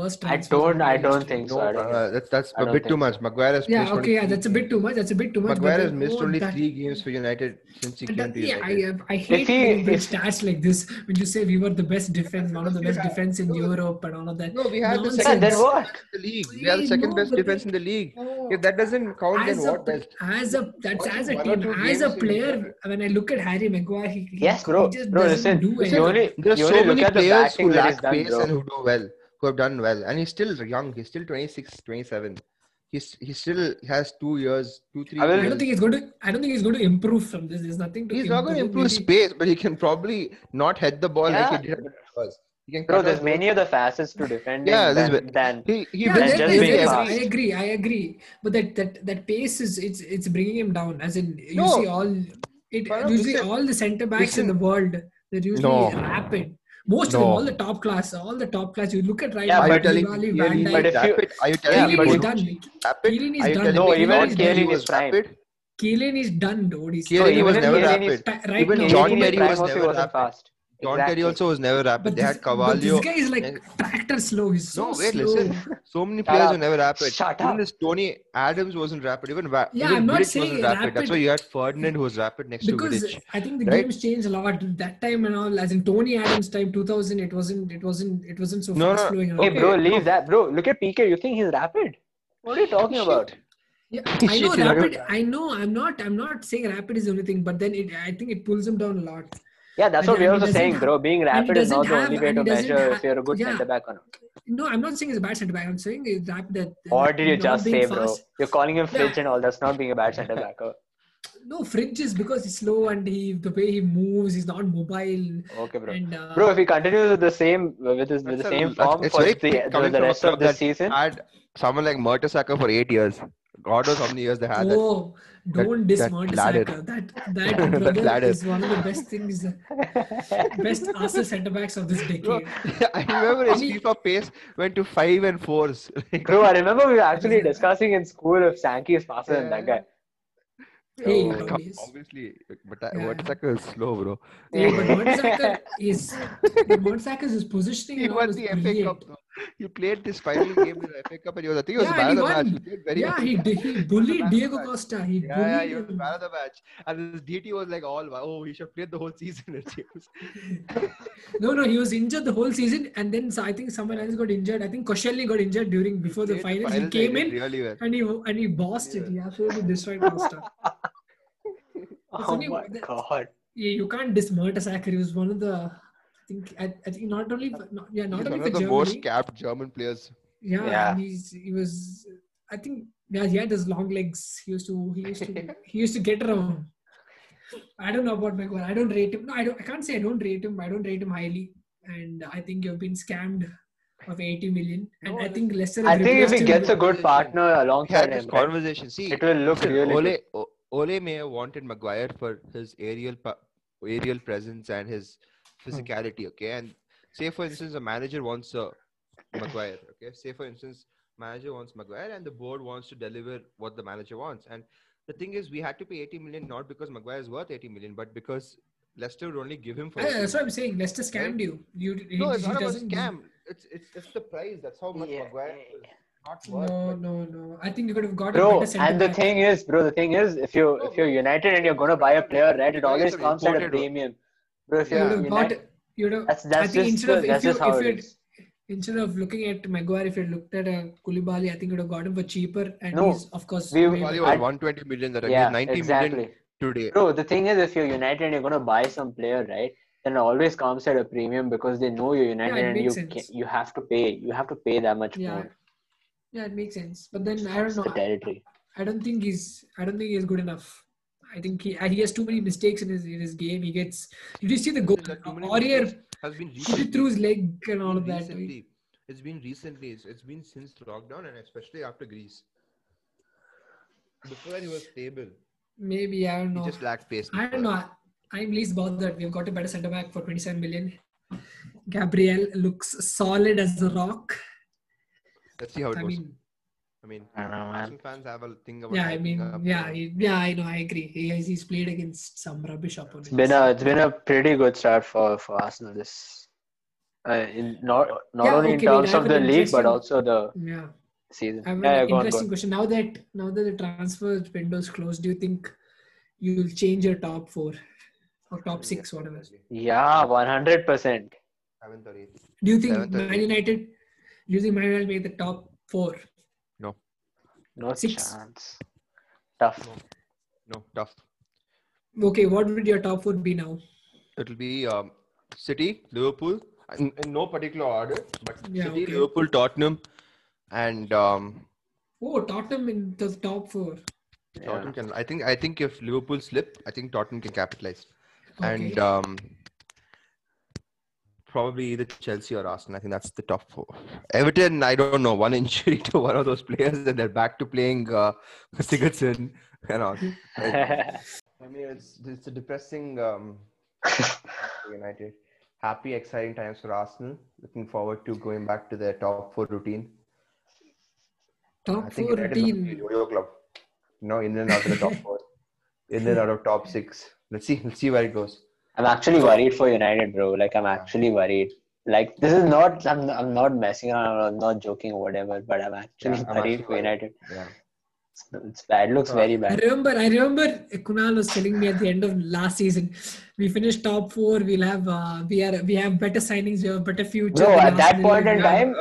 S5: worst.
S4: I
S5: transfers in
S4: don't. I
S5: Premier
S4: don't
S5: history.
S4: think
S6: No,
S4: so. I don't
S6: uh, that's that's
S4: I
S6: a
S4: don't
S6: bit too
S4: think
S6: much. Maguire has
S5: Yeah.
S6: missed only
S5: Okay. Yeah.
S6: three
S5: That's a bit
S6: games.
S5: too much. That's a bit too much. but
S6: Maguire
S5: then,
S6: has missed
S5: oh,
S6: only
S5: that-
S6: three games for United since he
S5: And
S6: came
S5: that-
S6: to
S5: yeah,
S6: United.
S5: I, I hate
S4: he-
S5: when you bring
S4: if-
S5: stats like this when you say we were the best defense, one of the best defense in Europe, and all of that.
S6: no, we had the
S5: nonsense.
S6: second
S4: Yeah, then
S6: best
S4: what?
S6: defense in the league. We are the
S5: I
S6: second
S5: know,
S6: best
S5: but
S6: defense
S5: then-
S6: in the league.
S5: Oh.
S6: If that doesn't count,
S5: As
S6: then
S5: a,
S6: what does?
S5: as a that's
S6: Watch
S5: as a
S6: one or
S5: team,
S6: two
S5: as
S6: games
S5: a
S6: in-
S5: player. When I look at Harry Maguire, he, he-
S4: Yes, bro.
S5: he just
S4: Bro, listen.
S5: doesn't do
S4: You
S5: anything.
S4: only,
S6: There's
S4: you
S6: so
S4: only look
S6: many
S4: at the
S6: players who
S4: batting that he's
S6: lack
S4: done,
S6: pace
S4: bro.
S6: and who do well, who have done well, and he's still young. He's still 26, 27. He's he still has two years, two three.
S4: I will-
S5: I
S6: years.
S5: don't think he's going to. I don't think he's going to improve from this. There's nothing to.
S6: He's not going to improve
S5: maybe.
S6: space, but he can probably not head the ball like he
S4: Yeah.
S6: did. at first. He can
S4: Bro,
S6: cut
S4: there's
S6: out those-
S4: many other facets to defending
S6: Yeah, there's
S4: than,
S6: ve-
S4: than
S6: He, he
S5: Yeah,
S4: That's
S6: wins
S5: there
S4: just
S5: is,
S4: being
S5: there is. I
S4: fast.
S5: agree. I agree. But that that that pace is it's it's bringing him down. As in, you
S6: No.
S5: see all it
S6: But
S5: usually
S6: listen-
S5: all the centre backs in
S6: listen.
S5: the world they're usually
S6: No.
S5: rapid. Most of
S6: No.
S5: them, all the top class, all the top class. You look at right
S4: Yeah,
S5: now,
S6: Are you
S4: but-
S6: telling
S5: Nibali,
S6: me
S5: Van
S6: Chiellini
S4: But
S5: Dijk,
S6: is
S4: if you-
S6: rapid? Are you
S4: Yeah,
S6: telling me
S4: but
S5: Chiellini's
S4: if-
S5: done.
S6: Bonucci is rapid?
S5: Chiellini is
S6: Are you
S5: done.
S6: telling
S5: No,
S6: me
S5: even
S6: Bonucci
S5: Chiellini
S6: was
S4: is prime.
S6: rapid?
S5: Chiellini is done, dude. He's
S6: Chiellini
S5: done.
S6: was
S4: even
S6: never
S4: Chiellini
S6: rapid.
S4: is-
S5: Pa- right
S6: even
S5: now,
S6: John
S5: even
S6: Terry
S4: prime
S6: was
S4: also
S6: never
S4: wasn't
S6: rapid.
S4: fast.
S6: John
S4: Exactly.
S6: Terry also was never rapid.
S5: But
S6: they
S5: this,
S6: had
S5: but
S6: Cavallo.
S5: this guy is like tractor slow. He's so
S6: No, wait,
S5: slow.
S6: listen. So many
S4: Shut
S6: players
S4: up.
S6: were never rapid.
S4: Shut
S6: even
S4: up.
S6: this Tony Adams wasn't rapid. Even, Va-
S5: Yeah,
S6: even
S5: I'm not
S6: Vidic
S5: saying
S6: wasn't rapid. That's
S5: rapid-
S6: why you had Ferdinand who was rapid next
S5: because
S6: to Vidic.
S5: I think the
S6: right?
S5: game's changed a lot that time and all. As in Tony Adams' time, 2000, it wasn't, it wasn't, it wasn't so
S6: No, no.
S5: fast flowing.
S4: Hey,
S6: Okay,
S4: bro, leave
S6: no.
S4: that. Bro, look at PK. You think he's rapid? What are you talking about?
S5: Yeah, I know
S6: Shit, you're not
S5: rapid.
S6: gonna-
S5: I know. I'm not. I'm not saying rapid is the only thing, but then it. I think it pulls him down a lot.
S4: Yeah, that's
S5: And-
S4: what we
S5: and
S4: also
S5: he doesn't
S4: saying, bro.
S5: have-
S4: Being
S5: and he
S4: rapid is not
S5: doesn't
S4: the only
S5: have-
S4: way
S5: and
S4: to
S5: he doesn't
S4: measure
S5: have-
S4: if you're a good
S5: yeah.
S4: centre back or not.
S5: No, I'm not saying he's a bad centre back. I'm saying it's rapid. That,
S4: Or did you
S5: not
S4: just
S5: being
S4: say, bro?
S5: fast.
S4: You're calling him fridge
S5: Yeah.
S4: and all. That's not being a bad centre back.
S5: No, Fringe is because he's slow and he the way he moves, he's not mobile.
S4: Okay, bro.
S5: And uh,
S4: Bro, if he continues with the same with, his, with the
S6: That's a-
S4: same
S6: that's-
S4: form
S6: it's
S4: for
S6: very
S4: the,
S6: quick
S4: the,
S6: coming
S4: the
S6: from a
S4: rest
S6: club
S4: of the
S6: that
S4: season,
S6: Had someone like Mertesacker for eight years. God knows how many years they had. that.
S5: Oh, don't
S6: that
S5: diss Murder
S6: ladder.
S5: Saka. That that brother
S6: ladder.
S5: is one of the best things, best Arsenal centre backs of this
S6: Oh,
S5: decade.
S6: I remember his FIFA pace went to five and fours.
S4: Bro, I remember we were actually discussing in school if Sankey is faster than that guy.
S5: Hey,
S6: Oh, come-
S5: obvious.
S6: obviously, but that
S5: Yeah.
S6: Mertesacker is slow, bro.
S5: Yeah, but Murder Saka is Murder Saka's his positioning
S6: He
S5: and all
S6: won
S5: is
S6: the FA Cup.
S5: brilliant.
S6: Though. He played this final game in the FA Cup, and he was I think he was
S5: Yeah,
S6: man
S5: and he
S6: of the match.
S5: won.
S6: He did very
S5: Yeah,
S6: well.
S5: he di- he
S6: man
S5: bullied
S6: of the
S5: Diego
S6: match.
S5: Costa. He
S6: Yeah, yeah, he
S5: bullied
S6: was
S5: him.
S6: man of the match, and his DT was like all, oh, he should play the whole season. It seems.
S5: No, no, he was injured the whole season, and then so I think someone else got injured. I think Koscielny got injured during before the
S6: Played
S5: finals. He
S6: finals,
S5: came
S6: did
S5: in
S6: really well.
S5: and he and he bossed it. He absolutely destroyed Costa.
S4: Oh
S5: only
S4: my
S5: one-
S4: god.
S5: yeah, you can't diss Mertesacker. He was one of the, I think, I, I think not only, for, not, yeah, not
S6: He's
S5: only
S6: one
S5: for
S6: of the
S5: Germany.
S6: most capped German players.
S5: yeah,
S4: Yeah.
S5: and He's, he was. I think yeah, he had his long legs. He used to, he used to, he used to get around. I don't know about Maguire. I don't rate him. No, I don't. I can't say I don't rate him. I don't rate him highly. And I think you've been scammed of 80 million. And I think Leicester.
S4: I
S5: have
S4: think if
S5: replaced
S4: he
S5: him
S4: gets a
S5: with-
S4: good partner
S6: We had
S4: alongside
S6: this
S4: him, right,
S6: conversation. See,
S4: it will look
S6: Listen,
S4: really
S6: Ole
S4: good.
S6: O- Ole Mayer wanted Maguire for his aerial pa- aerial presence and his physicality. Okay, and say for instance, a manager wants a Maguire. Okay, say for instance, manager wants Maguire, and the board wants to deliver what the manager wants, and the thing is, we had to pay 80 million not because Maguire is worth 80 million, but because Leicester would only give him for.
S5: Yeah, Uh, that's what I'm saying. Leicester scammed you. You he,
S6: no, it's
S5: he
S6: not about
S5: doesn't-
S6: scam. It's it's it's the price. That's how much
S4: Yeah,
S6: Maguire
S4: yeah,
S6: was not worth.
S5: No, no, no. I think you could have got a
S4: Bro,
S5: better centre
S4: and the
S5: back.
S4: thing is, bro, the thing is, if you if you're United and you're gonna buy a player, right, it always comes at a premium. Bro, if
S5: you
S4: you're
S5: would have got.
S4: United,
S5: You would have.
S4: that's
S5: I
S4: that's
S5: think
S4: just
S5: instead of
S4: that's
S5: if you
S4: just how
S5: if
S4: it
S5: you
S4: is.
S5: instead of looking at Maguire, if you looked at a Koulibaly, I think you would have got him for cheaper. And
S4: No,
S5: he's of course.
S4: we-
S5: made-
S6: Probably
S4: I-
S6: was 120 million that
S4: Yeah,
S6: yeah, 90 million
S4: exactly.
S6: today.
S4: Bro, the thing is, if you're United and you're gonna buy some player, right, then it always comes at a premium because they know you're United
S5: it
S4: and
S5: makes
S4: you
S5: sense.
S4: ca- you have to pay. You have to pay that much
S5: yeah,
S4: more.
S5: yeah, it makes sense. But then I don't
S4: It's
S5: know.
S4: the territory.
S5: I don't think he's. I don't think he's good enough. I think he he has too many mistakes in his in his game. He gets. Did you see the goal?
S6: There are too many
S5: Aurier
S6: mistakes. has been
S5: put it through his leg and all of that.
S6: recently. It's been recently. It's, it's been since lockdown and especially after Greece. Before that, he was stable.
S5: Maybe I don't
S6: He
S5: know.
S6: just lacked
S5: I
S6: pace. before.
S5: don't know. I- I'm least bothered. We've got a better centre back for 27 million. Gabriel looks solid as a rock.
S6: Let's see how it
S5: I
S6: goes.
S5: mean,
S6: I mean,
S4: I don't know, man.
S6: Arsenal fans have a thing about.
S5: yeah, I
S6: hyping
S5: mean,
S6: up,
S5: yeah,
S6: uh,
S5: he- yeah, I know, I agree. He has, he's played against some rubbish opponents.
S4: It's been a it's been a pretty good start for for Arsenal. This uh, in not not
S5: Yeah,
S4: only in
S5: okay, wait,
S4: terms
S5: I
S4: of
S5: have
S4: the
S5: an
S4: league but
S5: interesting-
S4: also the
S5: yeah.
S4: season.
S5: I have an
S4: Yeah, yeah, go on, go
S5: interesting
S4: on.
S5: question. Now that now that the transfer window's closed, do you think you'll change your top four or top six, whatever?
S4: Yeah, one hundred percent.
S6: Seventh or eighth.
S5: Do you think
S6: Seventh or
S5: Man
S6: eighth.
S5: United? Do you think Man United will make the top four?
S4: No
S5: Six.
S4: chance. Tough.
S6: No, tough.
S5: Okay, what would your top four be now?
S6: It'll be um, City, Liverpool, in, in no particular order, but
S5: Yeah,
S6: City,
S5: okay.
S6: Liverpool, Tottenham, and um,
S5: Oh, Tottenham in the top four.
S6: Tottenham can. I think. I think if Liverpool slip, I think Tottenham can capitalize, and
S5: Okay.
S6: um, probably either Chelsea or Arsenal. I think that's the top four. Everton, I don't know. One injury to one of those players, and they're back to playing uh, Sigurdsson and all. I mean, it's it's a depressing. Um, United. Happy, exciting times for Arsenal. Looking forward to going back to their top four routine. I
S5: Top
S6: think
S5: four
S6: United must be a
S5: routine.
S6: yo-yo club. No, in and out of the top four. In and out of top six. Let's see. Let's see where it goes.
S4: I'm actually worried for United, bro. Like I'm actually worried. Like this is not. I'm I'm not messing around. I'm not joking or whatever. But I'm actually
S6: Yeah, I'm
S4: worried
S6: actually
S4: for
S6: worried. Uh,
S4: United.
S6: Yeah.
S4: It's, it's bad. Looks very
S5: I
S4: bad.
S5: remember, I remember Kunal was telling me at the end of last season, we finished top four. We'll have, uh, we are, we have better signings. We have better future.
S4: Bro,
S5: than
S4: at that
S5: Arsenal."
S4: point in
S5: Yeah.
S4: time,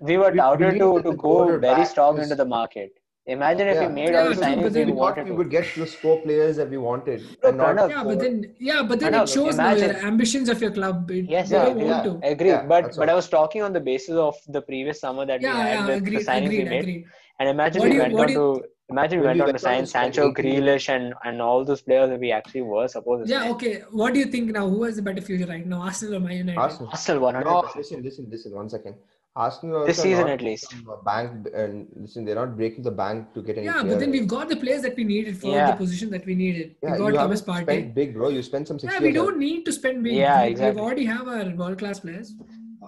S4: we were
S6: We
S4: touted
S6: believe
S4: to
S6: that
S4: to
S6: the
S4: go very
S6: quarterback
S4: strong
S6: is-
S4: into the market. Imagine if
S6: Yeah.
S4: we made
S5: Yeah,
S4: all the
S5: true, but
S4: signings
S5: then
S4: we
S6: We thought
S4: wanted
S6: we
S4: to.
S6: would get those four players that we wanted.
S4: Bro,
S6: and not
S4: Pranav,
S5: Yeah, but
S6: four.
S5: then, yeah, but
S4: I
S5: then
S4: know,
S5: it shows now
S4: imagine.
S5: the ambitions of your club. It,
S4: Yes,
S5: you
S4: yeah,
S5: don't want
S4: yeah,
S5: to.
S4: agree.
S6: Yeah,
S4: but
S6: that's
S4: but I
S6: all.
S4: was talking on the basis of the previous summer that
S5: Yeah,
S4: we had
S5: yeah,
S4: with
S5: agreed,
S4: the signings
S5: agreed,
S4: we made,
S5: agreed.
S4: and imagine
S5: What
S4: we
S5: do you-
S4: went on
S5: what do
S4: to imagine we
S6: When
S4: went
S6: we
S4: on to
S6: went on
S4: sign
S6: to sign
S4: Sancho,
S6: 18.
S4: Grealish, and and all those players that we actually were supposed to.
S5: Yeah,
S4: sign.
S5: okay. What do you think now? Who has a better future right now, Arsenal or Man United?
S6: Arsenal.
S4: Arsenal one hundred
S6: No,
S4: percent.
S6: listen, listen, listen. One second. Arsenal also
S4: This season
S6: not
S4: at least.
S6: some, uh, Bank and listen, they're not breaking the bank to get any.
S5: Yeah, but
S6: player.
S5: then we've got the players that we needed for
S4: Yeah.
S5: the position that we needed.
S6: Yeah,
S5: we
S6: you
S5: got Thomas
S6: haven't
S5: Partey.
S6: spent big, bro. You spent some six
S5: Yeah, we
S6: years
S5: don't need to spend big.
S4: Yeah,
S5: We-
S4: exactly.
S5: We already have our world class players.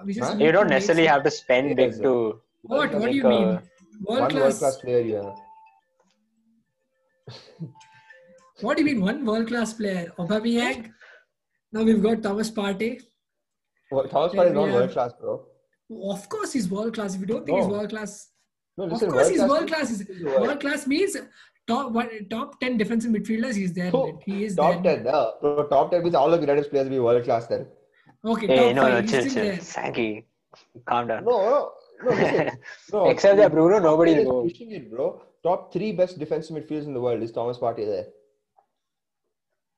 S5: We just
S6: Huh?
S5: need
S4: You don't
S5: to make
S4: necessarily
S5: some-
S4: have to spend big
S6: Yes.
S4: to.
S5: What? What do you
S4: make
S5: mean?
S4: a-
S5: World
S6: One world
S5: class.
S6: class player, yeah.
S5: What do you mean? One world class player. Aubameyang. Now we've got Thomas Partey.
S6: Well, Thomas
S5: Then
S6: Partey is
S5: we
S6: not
S5: have-
S6: world class, bro.
S5: Of course, he's world class. If you don't think he's
S6: No.
S5: world class,
S6: No,
S5: of
S6: listen,
S5: course he's world
S6: class.
S5: class. He's-
S6: is world.
S5: World class means top one, top ten defensive midfielders. He's there.
S6: Oh,
S5: He is
S6: Top
S5: there.
S6: ten, yeah. Bro, top ten with all of United's players will be world class then.
S5: Okay,
S4: Hey,
S5: top
S4: no,
S5: five.
S4: no,
S5: he's
S4: chill,
S5: still
S4: chill,
S5: there.
S4: Sagi, calm down.
S6: No, no, no. Listen, no
S4: Except that Bruno, nobody
S6: is
S4: will go.
S6: pushing it, bro. Top three best defensive midfielders in the world is Thomas Partey there.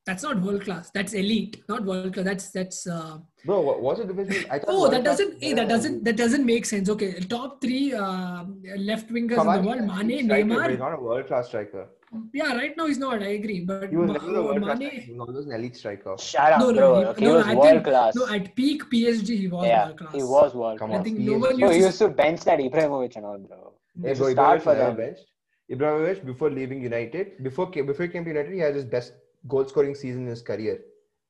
S5: That's not world class. That's elite. Not world class. That's that's. Uh,
S6: Bro, what, what's the difference? between- I thought
S5: Oh,
S6: world
S5: that
S6: class-
S5: doesn't. Hey, that doesn't. That doesn't make sense. Okay, top three uh, left wingers in
S6: Cavani
S5: the world:
S6: is a
S5: Mane,
S6: striker, but He's
S5: Neymar.
S6: not a world class striker.
S5: Yeah, right now he's not. I agree, but
S6: He was never a
S5: Ma-
S6: world class striker.
S5: Mane.
S6: He was always an elite striker.
S4: Shut up,
S5: No,
S4: bro.
S5: no, he-
S4: he,
S5: no, no,
S4: was
S5: I
S4: world
S5: think,
S4: class.
S5: no. At peak PSG, he was
S4: yeah,
S5: world class.
S4: he was world
S6: Come
S5: I
S4: class.
S6: on.
S5: think
S6: He
S5: no
S6: is-
S5: one
S4: Bro,
S5: used.
S4: you
S5: to-
S4: used to bench that Ibrahimovic and all, bro.
S6: Hey,
S4: It's a
S6: bro,
S4: start
S6: Ibrahimovic
S4: for
S6: never
S4: them.
S6: benched. Ibrahimovic before leaving United, before ca- before he came to United, he had his best goal scoring season in his career.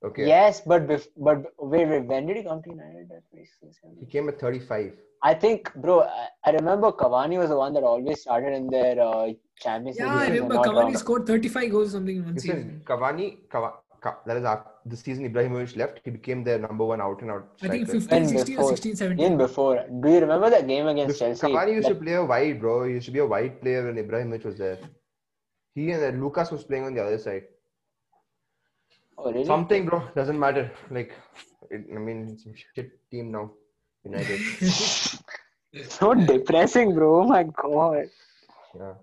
S6: Okay.
S4: Yes, but bef- but wait, wait, when did he come to United? That's very specific.
S6: He came at 35.
S4: I think, bro, I, I remember Cavani was the one that always started in their uh, Champions
S5: Yeah,
S4: League.
S5: I
S4: if I'm
S5: remember
S4: not
S5: Cavani
S4: wrong.
S5: scored 35 goals or something in one
S6: This is
S5: season.
S6: Cavani. Cava, Ca- that is after the season Ibrahimovic left. He became their number one out and out.
S5: I think
S6: striker.
S5: 15,
S4: And
S5: 16 or
S4: before.
S5: 16, 17.
S4: Even before, do you remember that game against
S6: Bef-
S4: Chelsea?
S6: Cavani used
S4: That-
S6: to play a wide, bro. He used to be a wide player when Ibrahimovic was there. He and then Lucas was playing on the other side.
S4: oh, really?
S6: Something, bro, doesn't matter. Like, it, I mean, it's a shit team now. United.
S4: so depressing, bro. Oh my god.
S6: yeah.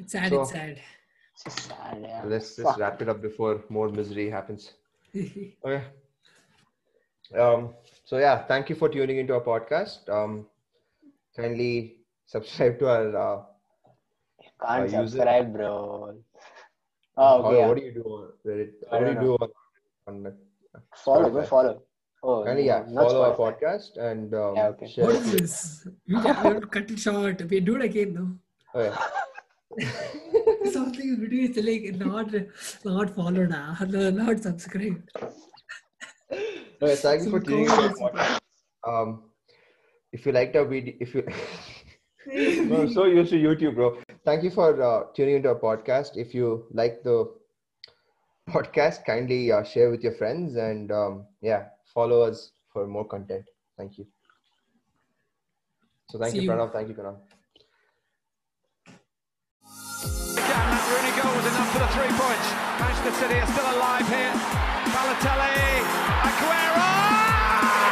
S5: It's sad,
S6: So-
S5: it's sad.
S4: It's just sad, yeah.
S6: Let's just
S4: Fuck.
S6: wrap it up before more misery happens. Okay. Um, so yeah, thank you for tuning into our podcast. Um, kindly subscribe to our. Uh,
S4: Can't
S6: Uh, use it.
S4: subscribe, bro. Oh,
S6: how-
S4: okay.
S6: What
S4: yeah.
S6: do you do on Reddit?
S4: I
S6: What do you
S4: don't
S6: do on? on
S4: Follow, go
S6: Spotify?
S4: follow. Oh,
S6: Kindly, yeah,
S4: not
S6: follow our
S4: Spotify.
S6: podcast and um,
S4: Yeah, okay.
S6: share.
S5: What is this? We can we will cut it short. We do it again, no?
S6: Oh, yeah.
S5: Something between it's like not not follow na, not subscribe.
S6: Okay, thank you for
S5: Some
S6: tuning into our
S5: comments.
S6: podcast. Um, if you liked our video, if you. Bro, I'm so used to YouTube, bro. Thank you for uh, tuning into our podcast. If you like the podcast, kindly uh, share with your friends and um, yeah, follow us for more content. Thank you. So thank
S5: See
S6: you,
S5: you.
S6: Pranav. Thank you, Pranav.
S1: Damn, that Rooney goal was enough for the three points. Manchester City are still alive here. Balotelli, Aguero!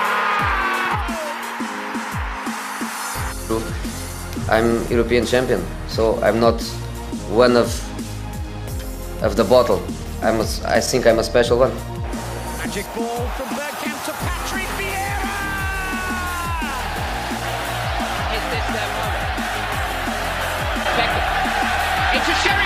S2: I'm European champion, so I'm not one of of the bottle. I'm a, I think I'm a special one.
S1: Magic ball from Bergkamp to Patrick Vieira!
S3: Is this their moment? Beckham. Into Sheringham.